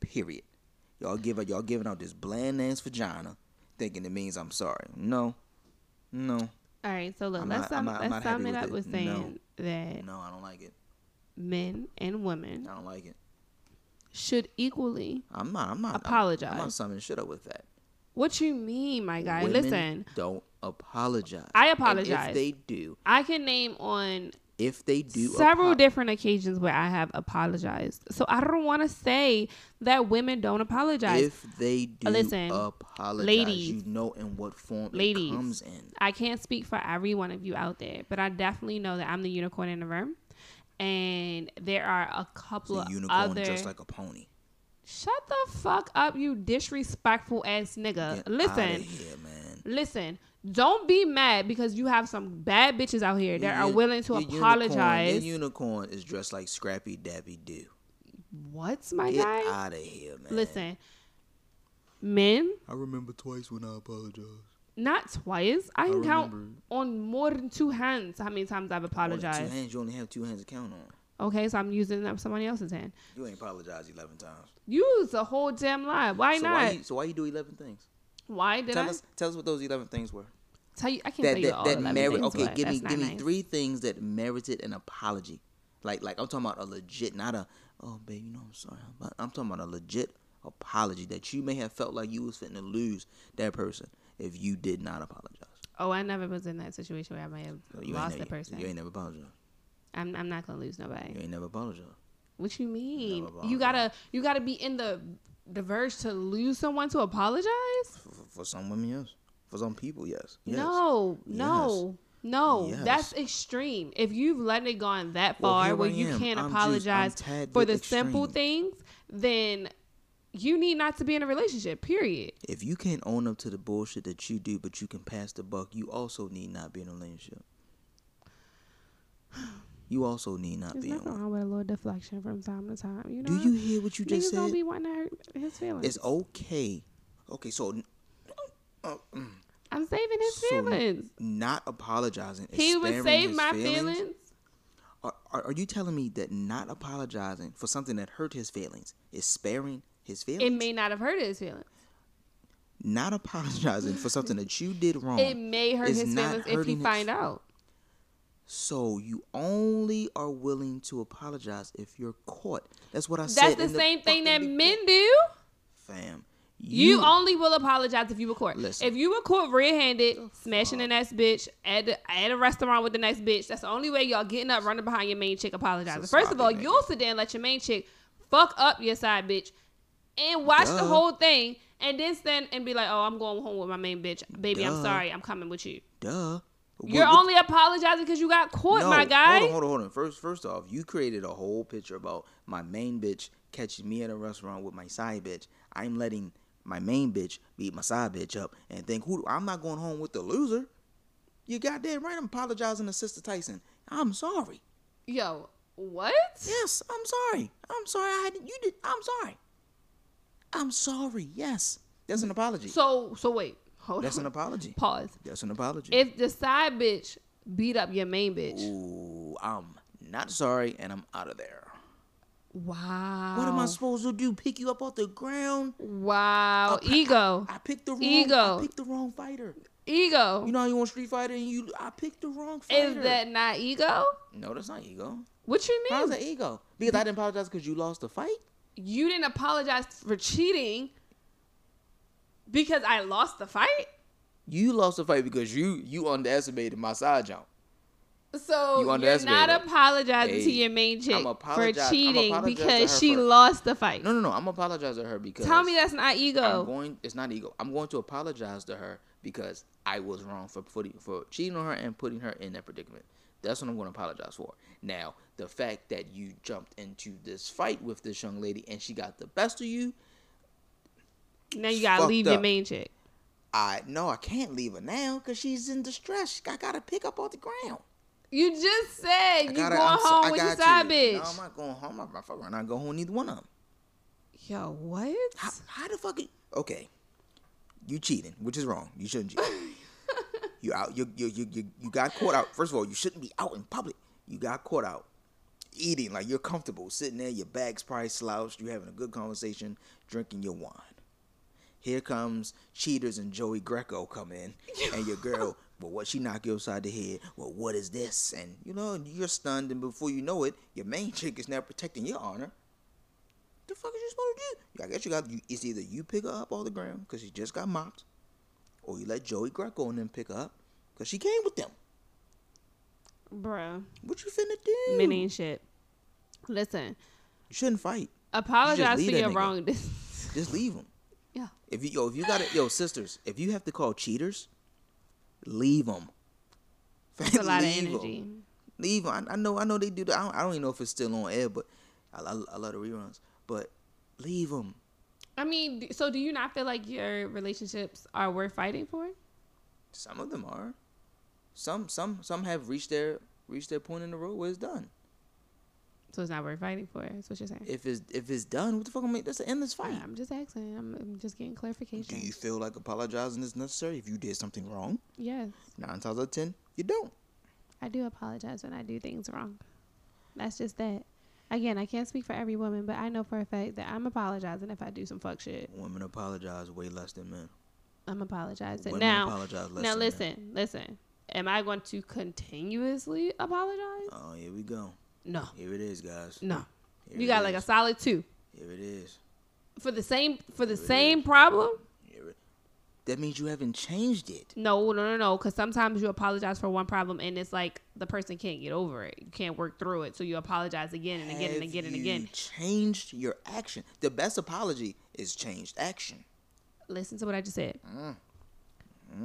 Speaker 2: Period. Y'all give out y'all giving out this bland ass vagina, thinking it means I'm sorry. No, no,
Speaker 3: All right, so look,
Speaker 2: I'm
Speaker 3: let's
Speaker 2: not-
Speaker 3: sum,
Speaker 2: I'm not- I'm
Speaker 3: let's
Speaker 2: not happy
Speaker 3: sum it
Speaker 2: with
Speaker 3: up
Speaker 2: it.
Speaker 3: with saying that
Speaker 2: no. I don't like it.
Speaker 3: men and women
Speaker 2: I don't like it.
Speaker 3: should equally.
Speaker 2: I'm not. I'm not. I'm- I'm, not
Speaker 3: Apologize.
Speaker 2: summing shit up with that.
Speaker 3: What you mean, my guy?
Speaker 2: Women
Speaker 3: Listen,
Speaker 2: Don't apologize.
Speaker 3: I
Speaker 2: And
Speaker 3: apologize.
Speaker 2: if they do,
Speaker 3: I can name on
Speaker 2: if they do,
Speaker 3: several
Speaker 2: apo-
Speaker 3: different occasions where I have apologized. So I don't want to say that women don't apologize.
Speaker 2: If they do,
Speaker 3: Listen,
Speaker 2: apologize.
Speaker 3: ladies.
Speaker 2: you know in what form
Speaker 3: ladies,
Speaker 2: it comes in.
Speaker 3: I can't speak for every one of you out there, but I definitely know that I'm the unicorn in the room. And there are a
Speaker 2: It's
Speaker 3: couple
Speaker 2: a unicorn,
Speaker 3: of other.
Speaker 2: just like a pony.
Speaker 3: Shut the fuck up, you disrespectful ass nigga.
Speaker 2: Get outta
Speaker 3: Uh, listen,
Speaker 2: here, man.
Speaker 3: listen. Don't be mad because you have some bad bitches out here that
Speaker 2: Your-
Speaker 3: are willing to
Speaker 2: your
Speaker 3: apologize.
Speaker 2: Unicorn, your unicorn is dressed like Scrappy Dappy Doo.
Speaker 3: What's my
Speaker 2: Get
Speaker 3: guy?
Speaker 2: out of here, man.
Speaker 3: Listen, men,
Speaker 2: I remember twice when I apologized.
Speaker 3: not twice. I can count
Speaker 2: remember.
Speaker 3: on more than two hands how many times I've
Speaker 2: Only Two
Speaker 3: apologized.
Speaker 2: hands. You only have two hands to count on.
Speaker 3: Okay, so I'm using up somebody else's hand.
Speaker 2: You ain't apologized eleven times.
Speaker 3: Use the whole damn lie. Why
Speaker 2: so
Speaker 3: not?
Speaker 2: why?
Speaker 3: Why,
Speaker 2: You, so why you do eleven things?
Speaker 3: did
Speaker 2: tell
Speaker 3: I
Speaker 2: us. Tell us what those eleven things were.
Speaker 3: tell you? I can't
Speaker 2: that
Speaker 3: tell you
Speaker 2: that,
Speaker 3: all
Speaker 2: that
Speaker 3: eleven
Speaker 2: merit.
Speaker 3: things,
Speaker 2: Okay,
Speaker 3: but
Speaker 2: give me
Speaker 3: that's not
Speaker 2: give me
Speaker 3: nice.
Speaker 2: three things that merited an apology. Like like I'm talking about a legit, not a oh babe, you know I'm sorry, but I'm talking about a legit apology that you may have felt like you was fitting to lose that person if you did not apologize.
Speaker 3: Oh, I never was in that situation where I might have
Speaker 2: So Oh, you
Speaker 3: lost
Speaker 2: ain't
Speaker 3: the
Speaker 2: never,
Speaker 3: person.
Speaker 2: You ain't never apologized.
Speaker 3: I'm I'm not gonna lose nobody.
Speaker 2: You ain't never apologized.
Speaker 3: What you mean?
Speaker 2: Never
Speaker 3: You
Speaker 2: apologize.
Speaker 3: gotta you gotta be in the the verge to lose someone to apologize?
Speaker 2: For, for- for some women, yes. For some people, yes. yes.
Speaker 3: No, no. No,
Speaker 2: Yes.
Speaker 3: that's extreme. If you've let it gone that
Speaker 2: Well,
Speaker 3: far
Speaker 2: here
Speaker 3: where
Speaker 2: I
Speaker 3: you
Speaker 2: am.
Speaker 3: can't
Speaker 2: I'm just- I'm
Speaker 3: apologize
Speaker 2: tad
Speaker 3: for
Speaker 2: bit
Speaker 3: the simple things, then you need not to be in a relationship, period.
Speaker 2: If you can't own up to the bullshit that you do, but you can pass the buck, you also need not be in a relationship. You also need not
Speaker 3: There's
Speaker 2: be in
Speaker 3: nothing
Speaker 2: one.
Speaker 3: wrong with a little deflection from time to time. You know,
Speaker 2: Do you hear what you
Speaker 3: niggas
Speaker 2: just
Speaker 3: don't
Speaker 2: said?
Speaker 3: be wanting to hurt his feelings.
Speaker 2: It's okay. Okay, so n-
Speaker 3: I'm saving his
Speaker 2: so n-
Speaker 3: feelings.
Speaker 2: not apologizing. is
Speaker 3: He would
Speaker 2: sparing
Speaker 3: save
Speaker 2: his
Speaker 3: my feelings.
Speaker 2: Are, are, are you telling me that not apologizing for something that hurt his feelings is sparing his feelings?
Speaker 3: It may not have hurt his feelings.
Speaker 2: not apologizing for something that you did wrong.
Speaker 3: It may hurt
Speaker 2: is
Speaker 3: his
Speaker 2: not
Speaker 3: feelings if he
Speaker 2: hurting his-
Speaker 3: find out.
Speaker 2: So you only are willing to apologize if you're caught. That's what I
Speaker 3: That's
Speaker 2: said.
Speaker 3: the
Speaker 2: in
Speaker 3: same thing that
Speaker 2: fucking
Speaker 3: men do.
Speaker 2: Fam,
Speaker 3: You, only will apologize if you were caught.
Speaker 2: Listen.
Speaker 3: If you were caught red-handed, smashing the next bitch at the, at a restaurant with the next bitch, that's the only way y'all getting up, running behind your main chick, apologizing.
Speaker 2: So
Speaker 3: First of all,
Speaker 2: sloppy, nigga.
Speaker 3: you'll sit there and let your main chick fuck up your side bitch, and watch the
Speaker 2: Duh.
Speaker 3: whole thing, and then stand and be like, "Oh, I'm going home with my main bitch, baby. I'm
Speaker 2: Duh.
Speaker 3: sorry. I'm coming with you."
Speaker 2: duh.
Speaker 3: You're
Speaker 2: What- what-
Speaker 3: only apologizing because you got caught,
Speaker 2: No,
Speaker 3: my guy.
Speaker 2: Hold on, hold on, hold on. First, first off, you created a whole picture about my main bitch catching me at a restaurant with my side bitch. I'm letting my main bitch beat my side bitch up and think who I'm not going home with the loser. You goddamn right. I'm apologizing to Sister Tyson. I'm sorry.
Speaker 3: Yo, what?
Speaker 2: Yes, I'm sorry. I'm sorry. I had you did. I'm sorry. I'm sorry. Yes, that's an apology.
Speaker 3: So, so wait, hold
Speaker 2: that's
Speaker 3: on.
Speaker 2: an apology.
Speaker 3: Pause.
Speaker 2: That's an apology.
Speaker 3: If the side bitch beat up your main bitch,
Speaker 2: Ooh, I'm not sorry, and I'm out of there.
Speaker 3: wow.
Speaker 2: What am I supposed to do? Pick you up off the ground?
Speaker 3: Wow, ego,
Speaker 2: I picked the wrong.
Speaker 3: Ego.
Speaker 2: I picked the wrong fighter.
Speaker 3: ego.
Speaker 2: You know how you want Street Fighter, and you. I picked the wrong fighter.
Speaker 3: Is that not ego?
Speaker 2: No, that's not ego.
Speaker 3: What you mean?
Speaker 2: How's that e- ego? Because I didn't apologize because you lost the fight.
Speaker 3: you didn't apologize for cheating because I lost the fight.
Speaker 2: You lost the fight because you you underestimated my side jump.
Speaker 3: So
Speaker 2: You
Speaker 3: you are
Speaker 2: underestimated
Speaker 3: not
Speaker 2: her.
Speaker 3: apologizing to
Speaker 2: Hey,
Speaker 3: your main chick for
Speaker 2: apologi- I'm
Speaker 3: cheating
Speaker 2: apologizing to
Speaker 3: because
Speaker 2: her
Speaker 3: she
Speaker 2: for-
Speaker 3: lost the fight.
Speaker 2: No, no, no. I'm apologizing to her because
Speaker 3: Tell me that's not
Speaker 2: I'm
Speaker 3: ego.
Speaker 2: going. It's not ego. I'm going to apologize to her because I was wrong for putting for cheating on her and putting her in that predicament. That's what I'm going to apologize for. Now, the fact that you jumped into this fight with this young lady and she got the best of you,
Speaker 3: Now you gotta
Speaker 2: fucked
Speaker 3: leave your
Speaker 2: up.
Speaker 3: main chick.
Speaker 2: I no, I can't leave her now because she's in distress. I got to pick up off the ground.
Speaker 3: You just said you
Speaker 2: I
Speaker 3: going
Speaker 2: gotta- I'm so-
Speaker 3: home
Speaker 2: I
Speaker 3: with your
Speaker 2: got
Speaker 3: side
Speaker 2: you. No,
Speaker 3: bitch.
Speaker 2: I'm not going home. I'm not fucking. I'm not going home. with Neither one of them.
Speaker 3: Yo, what?
Speaker 2: How, how the fuck? It, okay, you cheating, which is wrong. You shouldn't cheat. You out. You you you you, you got caught out. First of all, you shouldn't be out in public. You got caught out eating like you're comfortable sitting there. Your bag's probably slouched. You're having a good conversation, drinking your wine. Here comes Cheaters and Joey Greco come in, and your girl. Well, what she knock you upside the head? Well, what is this? And you know you're stunned, and before you know it, your main chick is now protecting your honor the fuck is you supposed to do? I guess you got you, it's either you pick her up off the ground because she just got mopped, or you let Joey Greco and them pick her up because she came with them.
Speaker 3: Bruh.
Speaker 2: What you finna do?
Speaker 3: Men ain't shit. Listen,
Speaker 2: You shouldn't fight.
Speaker 3: apologize
Speaker 2: leave
Speaker 3: for
Speaker 2: that
Speaker 3: your
Speaker 2: nigga.
Speaker 3: wrong.
Speaker 2: Just leave them.
Speaker 3: yeah.
Speaker 2: If you yo, if you got it, yo sisters, if you have to call cheaters, leave them.
Speaker 3: It's a lot of energy.
Speaker 2: Leave 'em. I, I know. I know they do that. I don't, I don't even know if it's still on air, but I, I, I love the reruns. But leave them.
Speaker 3: I mean, d- so do you not feel like your relationships are worth fighting for?
Speaker 2: Some of them are. Some some some have reached their reached their point in the road where it's done.
Speaker 3: So it's not worth fighting for. That's what you're saying.
Speaker 2: If it's if it's done, what the fuck am I? That's an endless fight.
Speaker 3: I'm just asking. I'm, I'm just getting
Speaker 2: Do
Speaker 3: clarification.
Speaker 2: you feel like apologizing is necessary if you did something wrong?
Speaker 3: Yes,
Speaker 2: Nine times out of ten, you don't.
Speaker 3: I do apologize when I do things wrong. That's just that. Again, I can't speak for every woman, but I know for a fact that I'm apologizing if I do some fuck shit.
Speaker 2: Women apologize way less than men.
Speaker 3: I'm apologizing
Speaker 2: Women
Speaker 3: now.
Speaker 2: apologize less
Speaker 3: now
Speaker 2: than men.
Speaker 3: listen, listen. Am I going to continuously apologize?
Speaker 2: Oh, here we go.
Speaker 3: No,
Speaker 2: Here it is, guys.
Speaker 3: no.
Speaker 2: Here
Speaker 3: you
Speaker 2: it
Speaker 3: got like a
Speaker 2: is.
Speaker 3: solid two
Speaker 2: Here it is.
Speaker 3: for the same for the same problem.
Speaker 2: Here it. That means you haven't changed it.
Speaker 3: No, no, no, no. Because sometimes you apologize for one problem and it's like the person can't get over it. You can't work through it. So you apologize again and again
Speaker 2: Have
Speaker 3: and again and
Speaker 2: you
Speaker 3: again.
Speaker 2: Changed your action. The best apology is changed action.
Speaker 3: Listen to what I just said.
Speaker 2: Mm.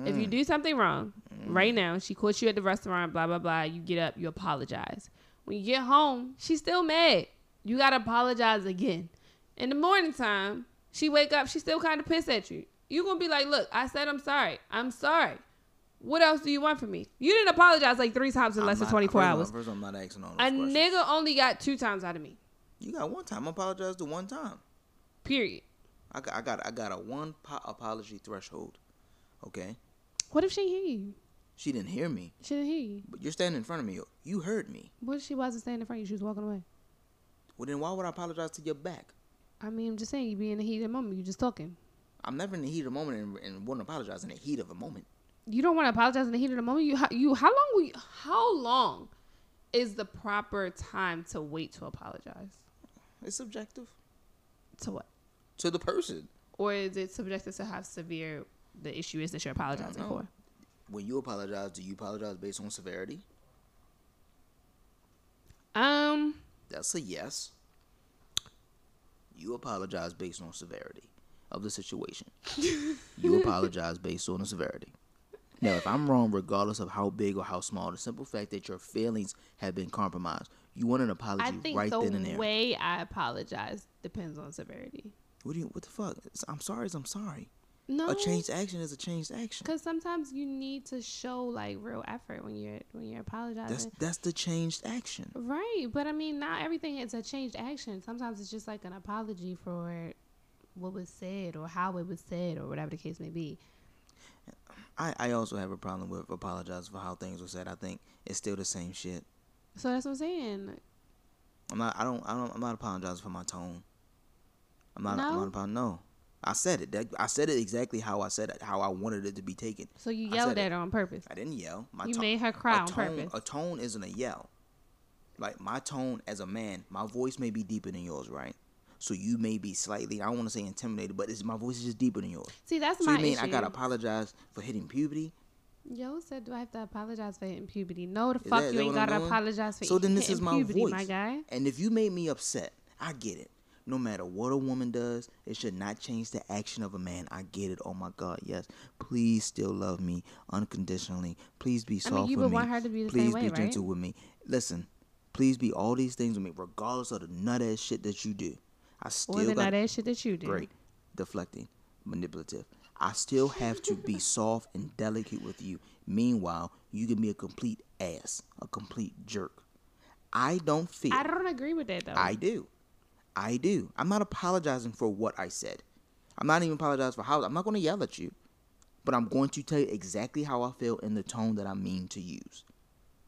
Speaker 3: If you do something wrong right now, she quits you at the restaurant, blah, blah, blah. You get up, you apologize. When you get home, she's still mad. You got to apologize again. In the morning time, she wake up, she still kind of pissed at you. you going to be like, look, I said I'm sorry. I'm sorry. What else do you want from me? You didn't apologize like three times in
Speaker 2: I'm
Speaker 3: less than
Speaker 2: not-
Speaker 3: 24
Speaker 2: first of all-
Speaker 3: hours.
Speaker 2: First, of all, I'm not asking all those
Speaker 3: A
Speaker 2: questions.
Speaker 3: nigga only got two times out of me.
Speaker 2: You got one time. Apologize to one time.
Speaker 3: Period.
Speaker 2: I got, I got, I got a one po- apology threshold. Okay,
Speaker 3: What if she didn't hear you?
Speaker 2: she didn't hear me,
Speaker 3: She didn't hear you.
Speaker 2: but you're standing in front of me. You heard me.
Speaker 3: What if she wasn't standing in front of you? She was walking away.
Speaker 2: Well, then why would I apologize to your back?
Speaker 3: I mean, I'm just saying, you be in the heat of the moment. You just talking.
Speaker 2: I'm never in the heat of the moment and, and wouldn't apologize in the heat of a moment.
Speaker 3: You don't want to apologize in the heat of the moment. You, how- you, how long will you, how long is the proper time to wait to apologize?
Speaker 2: It's subjective
Speaker 3: To what?
Speaker 2: to the person.
Speaker 3: Or is it subjective to how severe the issue is that you're apologizing
Speaker 2: know.
Speaker 3: for?
Speaker 2: When you apologize, do you apologize based on severity?
Speaker 3: Um,
Speaker 2: That's a yes. You apologize based on severity of the situation. you apologize based on the severity. Now, if I'm wrong, regardless of how big or how small, the simple fact that your feelings have been compromised, you want an apology
Speaker 3: I think
Speaker 2: right
Speaker 3: the
Speaker 2: then and there.
Speaker 3: way I apologize depends on severity.
Speaker 2: What do you? What the fuck? It's- I'm sorry. Is I'm sorry.
Speaker 3: No,
Speaker 2: A changed action is a changed action.
Speaker 3: Because sometimes you need to show like real effort when you're when you're apologizing.
Speaker 2: That's that's the changed action.
Speaker 3: right, but I mean, not everything is a changed action. Sometimes it's just like an apology for what was said or how it was said or whatever the case may be.
Speaker 2: I I also have a problem with apologizing for how things were said. I think it's still the same shit.
Speaker 3: So that's what I'm saying.
Speaker 2: I'm not. I don't. I don't. I'm not apologizing for my tone. I'm not. I'm
Speaker 3: No?
Speaker 2: not apologizing. No. I said it. That, I said it exactly how I said it. How I wanted it to be taken.
Speaker 3: So you
Speaker 2: I
Speaker 3: yelled
Speaker 2: said
Speaker 3: at her on purpose.
Speaker 2: I didn't yell. My
Speaker 3: You
Speaker 2: to-
Speaker 3: made her cry
Speaker 2: a
Speaker 3: on
Speaker 2: tone,
Speaker 3: purpose.
Speaker 2: A tone isn't a yell. Like my tone as a man, my voice may be deeper than yours, right? So you may be slightly. I don't want to say intimidated, but it's my voice is just deeper than yours.
Speaker 3: See, that's
Speaker 2: So
Speaker 3: my
Speaker 2: you mean
Speaker 3: issue.
Speaker 2: I gotta apologize for hitting puberty?
Speaker 3: Yo said, "Do I have to apologize for hitting puberty?" No, the
Speaker 2: Is
Speaker 3: fuck
Speaker 2: that- is
Speaker 3: you
Speaker 2: that
Speaker 3: ain't
Speaker 2: what I'm
Speaker 3: gotta
Speaker 2: doing?
Speaker 3: apologize for
Speaker 2: So then this
Speaker 3: hitting
Speaker 2: is my
Speaker 3: puberty,
Speaker 2: voice,
Speaker 3: my guy.
Speaker 2: And if you made me upset, I get it. No matter what a woman does, it should not change the action of a man. I get it. Oh my God, yes. Please still love me unconditionally. Please be
Speaker 3: I
Speaker 2: soft
Speaker 3: mean, you
Speaker 2: with
Speaker 3: would
Speaker 2: me.
Speaker 3: want her to be the same
Speaker 2: please
Speaker 3: way,
Speaker 2: be
Speaker 3: right?
Speaker 2: gentle with me. Listen, please be all these things with me, regardless of the nut ass shit that you do. I still
Speaker 3: Or the
Speaker 2: got
Speaker 3: nut ass shit that you did.
Speaker 2: great, deflecting, manipulative. I still have to be soft and delicate with you. Meanwhile, you can be a complete ass, a complete jerk. I don't feel.
Speaker 3: I don't agree with that though.
Speaker 2: I do. I do. I'm not apologizing for what I said. I'm not even apologizing for how. I'm not going to yell at you. but I'm going to tell you exactly how I feel and the tone that I mean to use.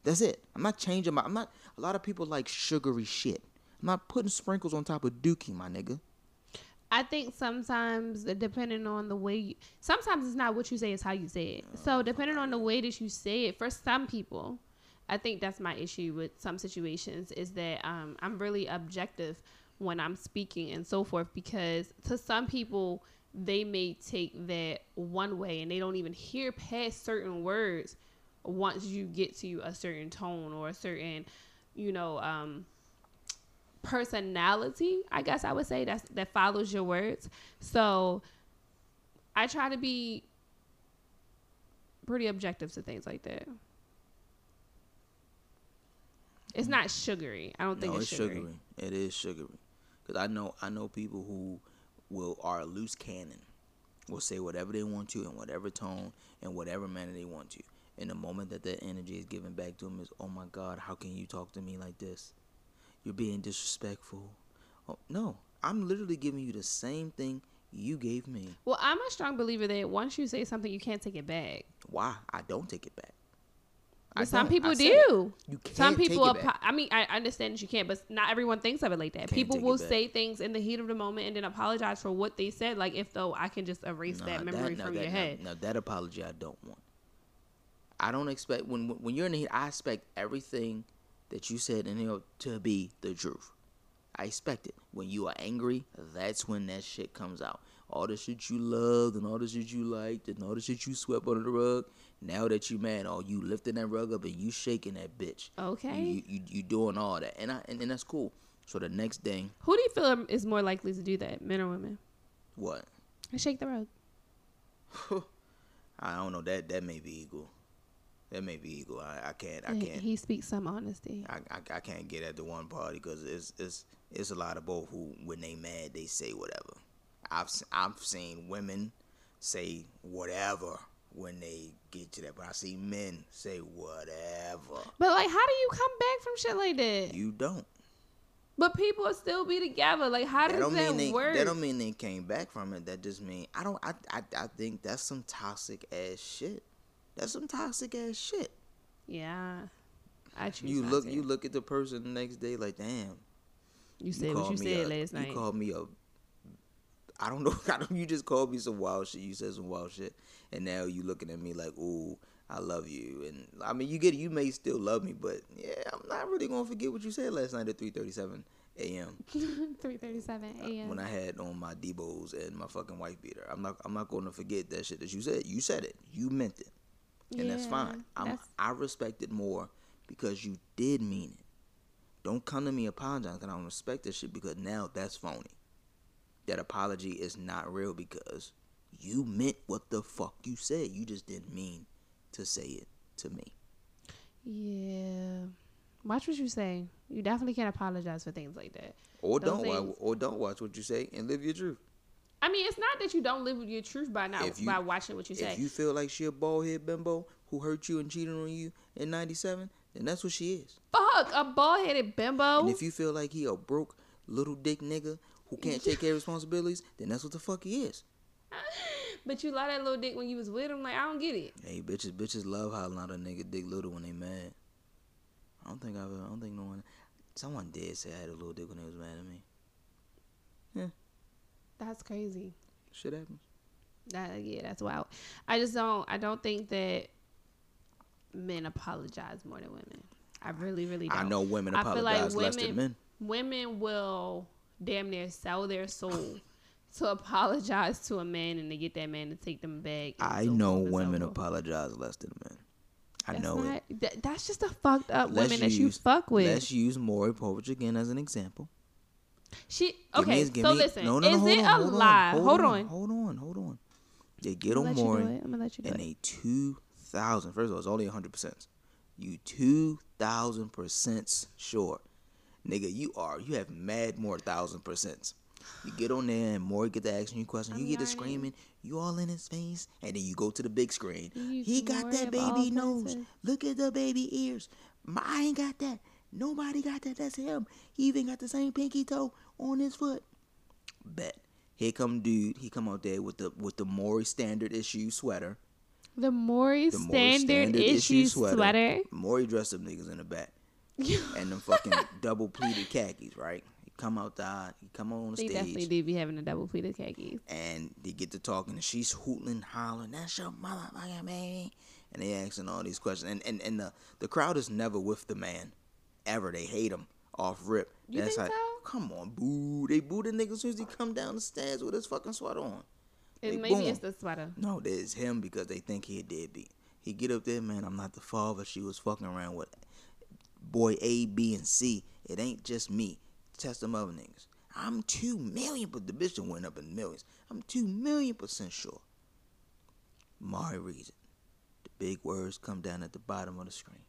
Speaker 2: That's it. I'm not changing my. I'm not. A lot of people like sugary shit. I'm not putting sprinkles on top of dookie, my nigga.
Speaker 3: I think sometimes depending on the way you, sometimes it's not what you say, it's how you say it. So depending on the way that you say it, for some people, I think that's my issue with some situations is that um, I'm really objective when I'm speaking and so forth because to some people they may take that one way and they don't even hear past certain words once you get to a certain tone or a certain you know um, personality, I guess I would say that's that follows your words. So I try to be pretty objective to things like that. It's not sugary. I don't think
Speaker 2: Mm. no,
Speaker 3: it's, sugary.
Speaker 2: It is sugary. Because I know I know people who will are a loose cannon, will say whatever they want to in whatever tone and whatever manner they want to. And the moment that that energy is given back to them is, oh my God, how can you talk to me like this? You're being disrespectful. Oh, no, I'm literally giving you the same thing you gave me.
Speaker 3: Well, I'm a strong believer that once you say something, you can't take it back.
Speaker 2: Why? I don't take it back. I
Speaker 3: But some
Speaker 2: don't. I
Speaker 3: people
Speaker 2: said
Speaker 3: do.
Speaker 2: it. You can't
Speaker 3: some
Speaker 2: take
Speaker 3: people,
Speaker 2: it back.
Speaker 3: apo- I mean, I understand that you can't, but not everyone thinks of it like that. people
Speaker 2: take it
Speaker 3: will
Speaker 2: back.
Speaker 3: say things in the heat of the moment and then apologize for what they said, like if though I can just erase
Speaker 2: Nah,
Speaker 3: that memory
Speaker 2: now
Speaker 3: from
Speaker 2: that,
Speaker 3: your
Speaker 2: now-
Speaker 3: head.
Speaker 2: Now, that apology I don't want. I don't expect when when you're in the heat. I expect everything that you said in here to be the truth. I expect it. When you are angry, that's when that shit comes out. All the shit you loved and all the shit you liked and all the shit you swept under the rug. Now that you mad, all you lifting that rug up and you shaking that bitch.
Speaker 3: Okay.
Speaker 2: You, you, you doing all that, and I and, and that's cool. So the next thing,
Speaker 3: Who do you feel is more likely to do that, men or women?
Speaker 2: what?
Speaker 3: Shake the rug.
Speaker 2: I don't know. That that may be equal. That may be equal. I, I can't. I
Speaker 3: He-
Speaker 2: can't.
Speaker 3: He speaks some honesty.
Speaker 2: I, I, I can't get at the one party because it's it's it's a lot of both who when they mad they say whatever. I've s- I've seen women say whatever when they get to that, but I see men say whatever.
Speaker 3: But like, how do you come back from shit like that?
Speaker 2: You don't.
Speaker 3: But people will still be together. Like, how
Speaker 2: That
Speaker 3: does
Speaker 2: don't
Speaker 3: that
Speaker 2: mean they.
Speaker 3: work?
Speaker 2: That don't mean they came back from it. That just mean I don't. I I, I think that's some toxic ass shit. That's some toxic ass shit.
Speaker 3: yeah, I choose.
Speaker 2: You
Speaker 3: not
Speaker 2: look.
Speaker 3: to.
Speaker 2: You look at the person the next day like, damn.
Speaker 3: You said what
Speaker 2: called
Speaker 3: you
Speaker 2: me
Speaker 3: said
Speaker 2: a-
Speaker 3: last night.
Speaker 2: You called me a. I don't know. I don't, you just called me some wild shit. You said some wild shit, and now you looking at me like, "Ooh, I love you." And I mean, you get you may still love me, but yeah, I'm not really gonna forget what you said last night at 3:37 a.m.
Speaker 3: Three thirty-seven
Speaker 2: when
Speaker 3: a.m.
Speaker 2: I had on my Debos and my fucking wife beater. I'm not. I'm not gonna forget that shit that you said. You said it. You meant it, and that's
Speaker 3: Yeah,
Speaker 2: fine. I'm,
Speaker 3: that's-
Speaker 2: I respect it more because you did mean it. Don't come to me apologizing. 'cause I don't respect this shit because now that's phony. That apology is not real because you meant what the fuck you said. You just didn't mean to say it to me.
Speaker 3: Yeah. Watch what you say. You definitely can't apologize for things like that.
Speaker 2: Or
Speaker 3: Those
Speaker 2: don't wa-
Speaker 3: things-
Speaker 2: or don't watch what you say and live your truth.
Speaker 3: I mean, it's not that you don't live with your truth by not
Speaker 2: If you-
Speaker 3: by watching what you say.
Speaker 2: If you feel like she a bald head bimbo who hurt you and cheated on you in '97, then that's what she is.
Speaker 3: Fuck a bald-headed bimbo.
Speaker 2: And if you feel like he a broke little dick nigga who can't take care of responsibilities, then that's what the fuck he is.
Speaker 3: but you love that little dick when you was with him. Like I don't get it.
Speaker 2: Hey, bitches, bitches love hollering out a nigga dick little when they mad. I don't think I've. I don't think no one. Someone did say I had a little dick when they was mad at me.
Speaker 3: That's crazy.
Speaker 2: Shit happens.
Speaker 3: That yeah, that's wild. I just don't. I don't think that men apologize more than women. I really, really. Don't.
Speaker 2: I know women
Speaker 3: I feel like
Speaker 2: apologize less than
Speaker 3: women-
Speaker 2: men.
Speaker 3: women will damn near sell their soul to apologize to a man and to get that man to take them back. and
Speaker 2: I
Speaker 3: so
Speaker 2: know
Speaker 3: forth and so
Speaker 2: women
Speaker 3: forth.
Speaker 2: apologize less than men. I
Speaker 3: That's
Speaker 2: know it.
Speaker 3: not- that- that's just a fucked up
Speaker 2: Let's
Speaker 3: women that you
Speaker 2: use-
Speaker 3: fuck with.
Speaker 2: Let's use Maury Povich again as an example.
Speaker 3: She
Speaker 2: Give me
Speaker 3: okay.
Speaker 2: his- give
Speaker 3: so
Speaker 2: me-
Speaker 3: listen,
Speaker 2: no, no, no,
Speaker 3: is
Speaker 2: hold
Speaker 3: it
Speaker 2: on,
Speaker 3: a
Speaker 2: hold on,
Speaker 3: lie? Hold on.
Speaker 2: Hold on. Hold on. They get
Speaker 3: I'm
Speaker 2: on
Speaker 3: gonna let
Speaker 2: Maury.
Speaker 3: you do it. I'm gonna let you do
Speaker 2: and
Speaker 3: it.
Speaker 2: a 2000 first of all it's only 100% you 2000% short nigga you are you have mad more thousand percent you get on there and more get the action you question
Speaker 3: I'm
Speaker 2: you get to
Speaker 3: yarning.
Speaker 2: screaming you all in his face and then you go to the big screen
Speaker 3: You
Speaker 2: he got
Speaker 3: glory
Speaker 2: that
Speaker 3: of all
Speaker 2: baby nose
Speaker 3: places.
Speaker 2: look at the baby ears My, i ain't got that nobody got that that's him he even got the same pinky toe on his foot bet. Here come dude. He come out there with the with the Maury standard issue sweater.
Speaker 3: The Maury
Speaker 2: The Maury
Speaker 3: Standard, Issue sweater.
Speaker 2: Maury dressed them niggas in the back. and them fucking double pleated khakis, right? He come out the eye, he come on the
Speaker 3: They definitely
Speaker 2: stage,
Speaker 3: did be having a double pleated khakis.
Speaker 2: and they get to talking, and she's hooting, hollering, "That's your motherfucking baby," and they asking all these questions, and and, and the the crowd is never with the man, ever. They hate him off rip.
Speaker 3: You
Speaker 2: That's how.
Speaker 3: think so?
Speaker 2: Come on, boo! They boo the niggas as soon as he come down the stairs with his fucking sweater on. They
Speaker 3: And maybe
Speaker 2: boom.
Speaker 3: it's the sweater.
Speaker 2: No, there's him because they think he a deadbeat. He get up there, man. I'm not the father. She was fucking around with boy A, B, and C. It ain't just me. Test them other niggas. I'm two million, but the bitch done went up in millions. I'm two million percent sure. Mari reads it. The big words come down at the bottom of the screen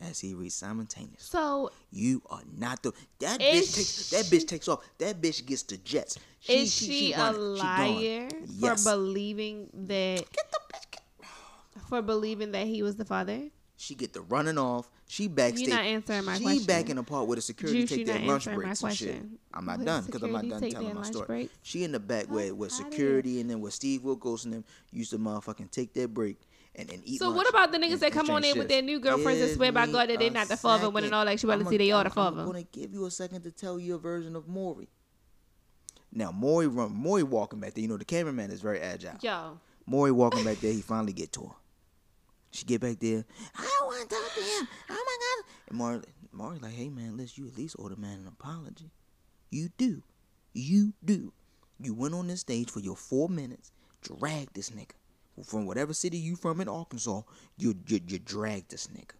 Speaker 2: as he reads simultaneously.
Speaker 3: So
Speaker 2: You are not the that
Speaker 3: Is
Speaker 2: bitch. Takes, that bitch takes off. That bitch gets the jets.
Speaker 3: is she, a
Speaker 2: running. gone.
Speaker 3: liar
Speaker 2: Yes.
Speaker 3: for believing that
Speaker 2: Get the bitch. Get,
Speaker 3: for believing that he was the father?
Speaker 2: She get the running off. She backstage.
Speaker 3: not answering my
Speaker 2: she
Speaker 3: question.
Speaker 2: back in the part where the security
Speaker 3: Juice,
Speaker 2: take
Speaker 3: you're
Speaker 2: their
Speaker 3: not
Speaker 2: lunch
Speaker 3: answering my
Speaker 2: breaks and shit.
Speaker 3: question.
Speaker 2: I'm not
Speaker 3: Where
Speaker 2: done
Speaker 3: the
Speaker 2: because I'm not
Speaker 3: security
Speaker 2: done
Speaker 3: take
Speaker 2: telling
Speaker 3: their
Speaker 2: my
Speaker 3: lunch
Speaker 2: story.
Speaker 3: breaks?
Speaker 2: She in the back where, where
Speaker 3: tired of
Speaker 2: security and then where Steve Wilkos and them used to motherfucking take their break and, and eat
Speaker 3: So
Speaker 2: lunch
Speaker 3: what about the
Speaker 2: and-
Speaker 3: niggas that
Speaker 2: and
Speaker 3: come on
Speaker 2: change
Speaker 3: in with their
Speaker 2: shifts?
Speaker 3: new girlfriends and swear by
Speaker 2: Give
Speaker 3: God that
Speaker 2: me
Speaker 3: they not
Speaker 2: a
Speaker 3: the father when and
Speaker 2: second.
Speaker 3: all actuality
Speaker 2: I'ma-
Speaker 3: they are the
Speaker 2: I'm- I'm
Speaker 3: father.
Speaker 2: gonna give you a second to tell you a version of Maury. Now Maury run Maury walking back there. You know the cameraman is very agile.
Speaker 3: Yo,
Speaker 2: Maury walking back there, he finally get to her. She get back there. I don't want to talk to him. Oh my god. And Maury, Maury like, hey man, let's you at least owe the man an apology. You do, you do. You went on this stage for your four minutes, dragged this nigga from whatever city you from in Arkansas. You you, you dragged this nigga.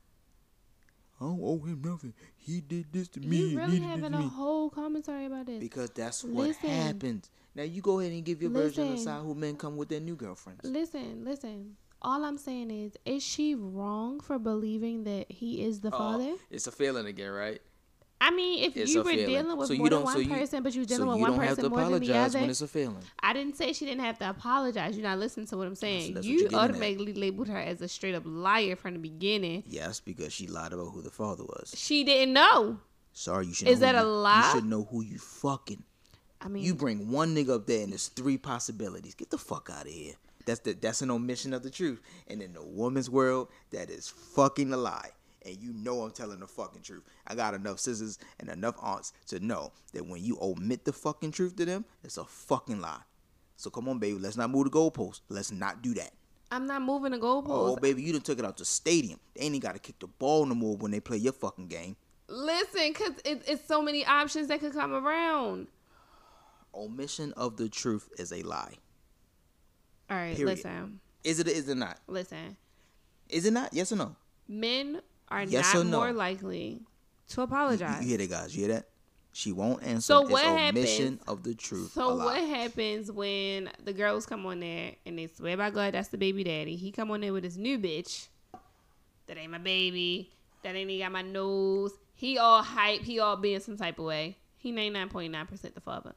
Speaker 2: I don't owe him nothing. He did this to me.
Speaker 3: you
Speaker 2: and
Speaker 3: really
Speaker 2: he did this
Speaker 3: having
Speaker 2: to
Speaker 3: a
Speaker 2: me.
Speaker 3: whole commentary about this?
Speaker 2: Because that's what
Speaker 3: Listen.
Speaker 2: happens. Now you go ahead and give your version of
Speaker 3: Listen.
Speaker 2: side who men come with their new girlfriends.
Speaker 3: Listen, listen. All I'm saying is, is she wrong for believing that he is the
Speaker 2: Uh,
Speaker 4: Oh,
Speaker 3: father?
Speaker 4: it's a feeling again, right?
Speaker 3: I mean, if
Speaker 4: It's
Speaker 3: you
Speaker 4: a
Speaker 3: were
Speaker 4: feeling.
Speaker 3: dealing with
Speaker 4: So you
Speaker 3: more than
Speaker 4: don't-
Speaker 3: one
Speaker 4: so you-
Speaker 3: person, but you were
Speaker 2: So
Speaker 3: dealing with
Speaker 2: you
Speaker 3: one
Speaker 2: don't have to
Speaker 3: person more than the
Speaker 2: apologize
Speaker 3: other,
Speaker 2: when it's a failing.
Speaker 3: I didn't say she didn't have to apologize. You're not listening to what I'm saying.
Speaker 2: that's what
Speaker 3: you
Speaker 2: you're getting at.
Speaker 3: automatically labeled her as a straight up liar from the beginning.
Speaker 2: Yes, because she lied about who the father was.
Speaker 3: She didn't know.
Speaker 2: Sorry, you should.
Speaker 3: Is
Speaker 2: know who
Speaker 3: that a
Speaker 2: you-
Speaker 3: lie?
Speaker 2: You should know who you fucking.
Speaker 3: I mean,
Speaker 2: You bring one nigga up there and there's three possibilities. Get the fuck out of here. That's the that's an omission of the truth. And in the woman's world, that is fucking a lie. And you know I'm telling the fucking truth. I got enough scissors and enough aunts to know that when you omit the fucking truth to them, it's a fucking lie. So come on, baby, let's not move the goalposts. Let's not do that.
Speaker 3: I'm not moving the goalpost.
Speaker 2: Oh, baby, you done took it out the stadium. They ain't got to kick the ball no more when they play your fucking game.
Speaker 3: Listen, because it, it's so many options that could come around.
Speaker 2: Omission of the truth is a lie.
Speaker 3: All right,
Speaker 2: Period.
Speaker 3: listen,
Speaker 2: Is it? Is it not?
Speaker 3: listen.
Speaker 2: Is it not? Yes or no?
Speaker 3: Men are
Speaker 2: Yes
Speaker 3: not
Speaker 2: or no?
Speaker 3: more likely to
Speaker 2: You,
Speaker 3: apologize.
Speaker 2: you hear that, guys? You hear that? She won't answer.
Speaker 3: So
Speaker 2: it's
Speaker 3: what
Speaker 2: omission
Speaker 3: happens-
Speaker 2: of the truth. a
Speaker 3: So
Speaker 2: lie.
Speaker 3: what happens when the girls come on there and they swear by God that's the baby daddy? He come on there with his new bitch. That ain't my baby. That ain't even got my nose. He all hype. He all being some type of way. He ninety nine point nine percent the father.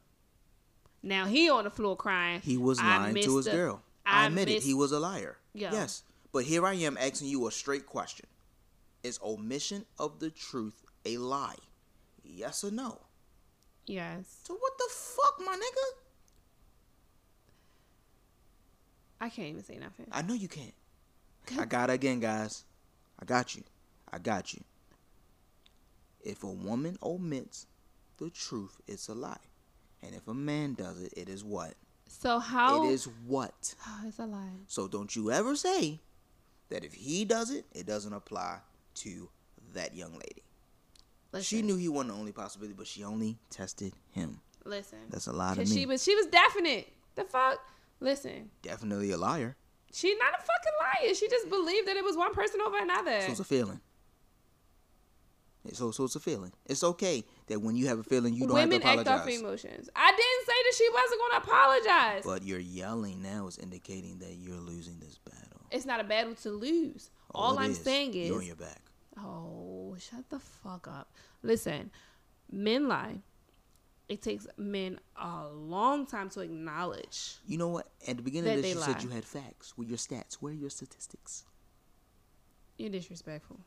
Speaker 3: Now he on the floor crying.
Speaker 2: He was
Speaker 3: "I
Speaker 2: lying
Speaker 3: missed
Speaker 2: to his
Speaker 3: the-
Speaker 2: girl. I, admit it.
Speaker 3: missed-
Speaker 2: He was a liar.
Speaker 3: Yeah.
Speaker 2: Yes. But here I am asking you a straight question. Is omission of the truth a lie? Yes or no?
Speaker 3: Yes,
Speaker 2: So what the fuck, my nigga?
Speaker 3: I can't even say nothing.
Speaker 2: I know you can't. I got it again, guys. I got you. I got you. If a woman omits the truth, it's a lie. And if a man does it, it is what?
Speaker 3: So how
Speaker 2: It is what?
Speaker 3: Oh, it's a lie.
Speaker 2: So don't you ever say that if he does it, it doesn't apply to that young lady. She
Speaker 3: Listen,
Speaker 2: knew he wasn't the only possibility, but she only tested him.
Speaker 3: Listen,
Speaker 2: That's a lie to
Speaker 3: 'Cause
Speaker 2: me.
Speaker 3: she was she was definite. The fuck. Listen,
Speaker 2: Definitely a liar.
Speaker 3: She not a fucking liar. She just believed that it was one person over another.
Speaker 2: So it's a feeling. So, so it's a feeling. It's okay that when you have a feeling, you don't
Speaker 3: Women
Speaker 2: have to
Speaker 3: act off
Speaker 2: apologize.
Speaker 3: emotions. I didn't say that she wasn't going to apologize.
Speaker 2: But your yelling now is indicating that you're losing this battle.
Speaker 3: it's not a battle to lose. All
Speaker 2: it
Speaker 3: I'm saying
Speaker 2: you're on
Speaker 3: is,
Speaker 2: your back.
Speaker 3: oh, shut the fuck up. Listen, men lie. It takes men a long time to acknowledge.
Speaker 2: You know what? At the beginning
Speaker 3: That
Speaker 2: of this,
Speaker 3: they
Speaker 2: you
Speaker 3: lie.
Speaker 2: said you had facts. Where your stats? Where are your statistics?
Speaker 3: You're disrespectful,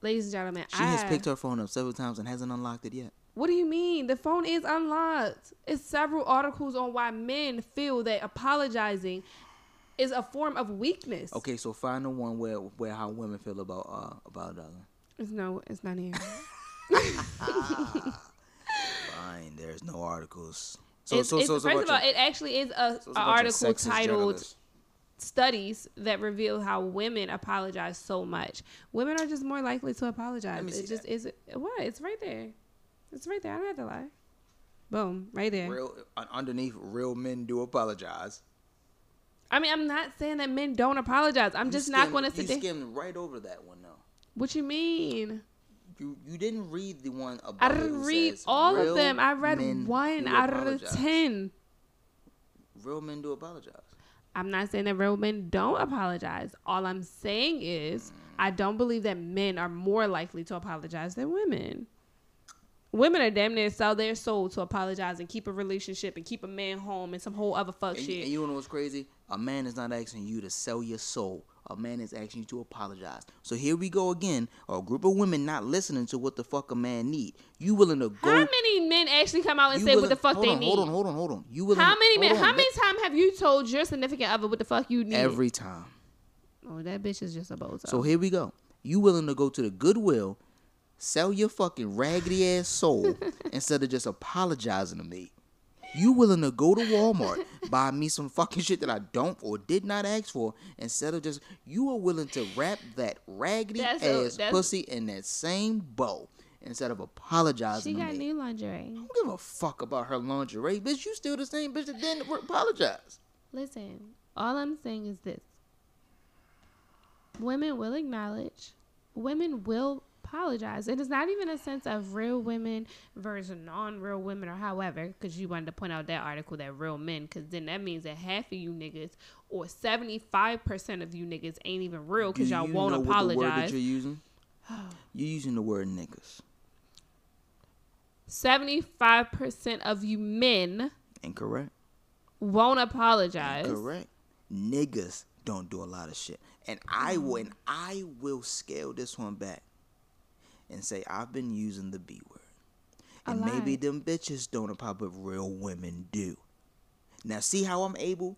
Speaker 3: ladies and gentlemen.
Speaker 2: She
Speaker 3: I,
Speaker 2: has picked her phone up several times and hasn't unlocked it yet.
Speaker 3: What do you mean? The phone is unlocked. It's several articles on why men feel that apologizing is a form of weakness.
Speaker 2: Okay, so find the one where where how women feel about uh about Ellen.
Speaker 3: It's no, it's not here.
Speaker 2: Fine, there's no articles. So
Speaker 3: It's-
Speaker 2: so
Speaker 3: it's-
Speaker 2: so, so
Speaker 3: First of all,
Speaker 2: your,
Speaker 3: it actually is a,
Speaker 2: so
Speaker 3: a
Speaker 2: it's about your
Speaker 3: article
Speaker 2: sexist
Speaker 3: titled
Speaker 2: journalists.
Speaker 3: "Studies That Reveal How Women Apologize So Much." Women are just more likely to apologize.
Speaker 2: me see
Speaker 3: It just is what it's right there. It's right there. I don't have to lie. Boom, right there.
Speaker 2: Real un- underneath, real men do apologize.
Speaker 3: I mean, I'm not saying that men don't apologize. I'm
Speaker 2: You
Speaker 3: just not
Speaker 2: skimmed-
Speaker 3: going to
Speaker 2: You
Speaker 3: sit there.
Speaker 2: skimmed right over that one though.
Speaker 3: What you mean?
Speaker 2: You you didn't read the one about.
Speaker 3: I
Speaker 2: it
Speaker 3: didn't
Speaker 2: who
Speaker 3: read
Speaker 2: says,
Speaker 3: all
Speaker 2: "Real
Speaker 3: of them. I
Speaker 2: men
Speaker 3: read one
Speaker 2: do
Speaker 3: out of
Speaker 2: apologize."
Speaker 3: ten.
Speaker 2: Real men do apologize.
Speaker 3: I'm not saying that real men don't apologize. All I'm saying is I don't believe that men are more likely to apologize than women. Women are damn near sell their soul to apologize and keep a relationship and keep a man home and some whole other fuck
Speaker 2: And, you,
Speaker 3: shit.
Speaker 2: and you know what's crazy? A man is not asking you to sell your soul. A man is asking you to apologize. So here we go again. A group of women not listening to what the fuck a man need. You willing to go?
Speaker 3: How many men actually come out and
Speaker 2: you
Speaker 3: say what
Speaker 2: willing-
Speaker 3: the fuck
Speaker 2: hold
Speaker 3: they
Speaker 2: on,
Speaker 3: need?
Speaker 2: Hold on, hold on, hold on. You willing?
Speaker 3: How many
Speaker 2: hold
Speaker 3: men?
Speaker 2: on,
Speaker 3: How many
Speaker 2: let-
Speaker 3: times have you told your significant other what the fuck you need?
Speaker 2: Every time.
Speaker 3: oh, that bitch is just a bozo.
Speaker 2: So here we go. You willing to go to the Goodwill, sell your fucking raggedy ass soul instead of just apologizing to me. You willing to go to Walmart, buy me some fucking shit that I don't or did not ask for instead of just you are willing to wrap that raggedy
Speaker 3: That's a-
Speaker 2: ass
Speaker 3: that's-
Speaker 2: pussy in that same bow instead of apologizing
Speaker 3: she
Speaker 2: to
Speaker 3: got
Speaker 2: me.
Speaker 3: new lingerie.
Speaker 2: I don't give a fuck about her lingerie, bitch. You still the same bitch that didn't apologize.
Speaker 3: Listen, all I'm saying is this. Women will acknowledge, women will apologize. It is not even a sense of real women versus non real women, or however, because you wanted to point out that article that real men, because then that means that half of you niggas or 75% of you niggas ain't even real because
Speaker 2: Do
Speaker 3: y'all
Speaker 2: you
Speaker 3: won't
Speaker 2: know what the word that
Speaker 3: apologize.
Speaker 2: you're using? You're using the word niggas.
Speaker 3: 75% of you men
Speaker 2: Incorrect.
Speaker 3: won't apologize.
Speaker 2: Correct. Niggas don't do a lot of shit. And I
Speaker 3: Mm.
Speaker 2: will and I will scale this one back and say I've been using the B word.
Speaker 3: A
Speaker 2: And maybe
Speaker 3: lot.
Speaker 2: them bitches don't about but real women do. Now see how I'm able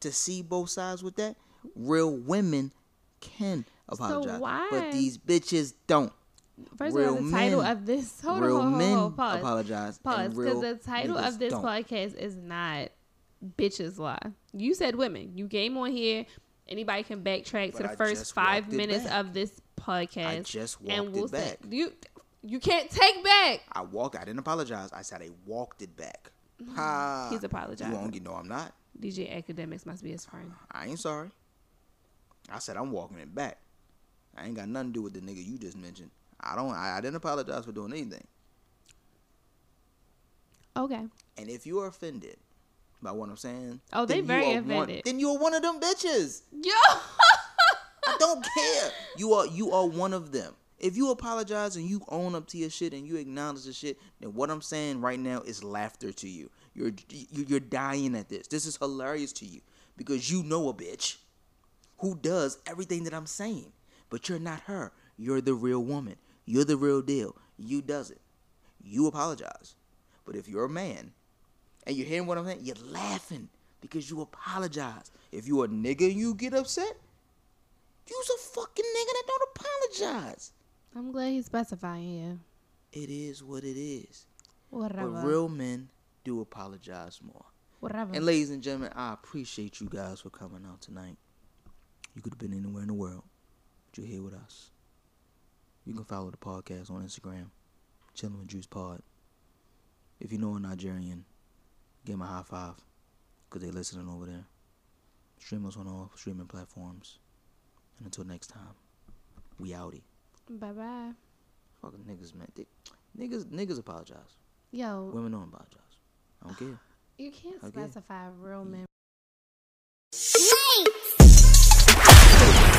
Speaker 2: to see both sides with that? Real women can apologize.
Speaker 3: why-
Speaker 2: But these bitches don't.
Speaker 3: First
Speaker 2: Real
Speaker 3: of all, the title
Speaker 2: men-
Speaker 3: of this hold
Speaker 2: real
Speaker 3: on, hold on,
Speaker 2: men
Speaker 3: hold on, pause,
Speaker 2: apologize and
Speaker 3: Pause,
Speaker 2: real
Speaker 3: because the title
Speaker 2: niggas
Speaker 3: of this
Speaker 2: don't.
Speaker 3: podcast is not "Bitches Lie." You said women. You came on here. Anybody can backtrack to
Speaker 2: But
Speaker 3: the
Speaker 2: I
Speaker 3: first
Speaker 2: just
Speaker 3: five
Speaker 2: walked it
Speaker 3: minutes
Speaker 2: back.
Speaker 3: of this podcast.
Speaker 2: I just walked it
Speaker 3: say-
Speaker 2: back.
Speaker 3: you you can't take back.
Speaker 2: I walked I didn't apologize. I said I walked it back. Ha. You
Speaker 3: Mm-hmm. He's
Speaker 2: won't
Speaker 3: apologizing.
Speaker 2: get no I'm not.
Speaker 3: DJ Academics must be his friend.
Speaker 2: I ain't sorry. I said I'm walking it back. I ain't got nothing to do with the nigga you just mentioned. I don't. I, I didn't apologize for doing anything.
Speaker 3: Okay.
Speaker 2: And if you are offended by what I'm saying,
Speaker 3: Oh, they
Speaker 2: then you
Speaker 3: very
Speaker 2: are one-
Speaker 3: offended.
Speaker 2: then you're one of them bitches.
Speaker 3: Yo.
Speaker 2: I don't care. You are you are one of them. If you apologize and you own up to your shit and you acknowledge the shit, then what I'm saying right now is laughter to you. You're you- you're dying at this. This is hilarious to you because you know a bitch who does everything that I'm saying, but you're not her. You're the real woman. You're the real deal. You does it. You apologize. But if you're a man and you're hearing what I'm saying, you're laughing because you apologize. If you're a nigga and you get upset, You's a fucking nigga that don't apologize.
Speaker 3: I'm glad he's specifying here.
Speaker 2: It is what it is.
Speaker 3: Whatever.
Speaker 2: But real men do apologize more.
Speaker 3: Whatever.
Speaker 2: And ladies and gentlemen, I appreciate you guys for coming out tonight. You could have been anywhere in the world, but you're here with us. You can follow the podcast on Instagram, Chilling with Juice Pod. If you know a Nigerian, give them a high five, because they listening over there. Stream us on all streaming platforms. And until next time, we outie.
Speaker 3: bye bye.
Speaker 2: Fucking niggas, man. They, niggas, niggas apologize.
Speaker 3: Yo,
Speaker 2: Women don't apologize. I don't care.
Speaker 3: you can't
Speaker 2: Okay.
Speaker 3: specify real men.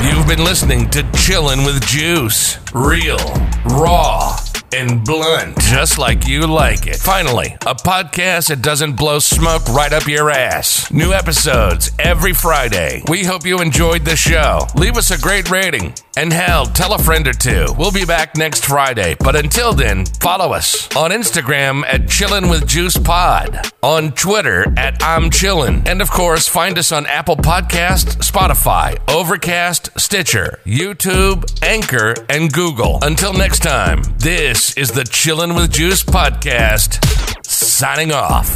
Speaker 1: You've been listening to Chillin' with Juice. Real, raw, and blunt, just like you like it. Finally, a podcast that doesn't blow smoke right up your ass. New episodes every Friday. We hope you enjoyed the show. Leave us a great rating. And hell, tell a friend or two. We'll be back next Friday. But until then, follow us on Instagram at Chillin' with Juice Pod, on Twitter at I'm Chillin', and of course, find us on Apple Podcasts, Spotify, Overcast, Stitcher, YouTube, Anchor, and Google. Until next time, this is the Chillin' with Juice podcast, signing off.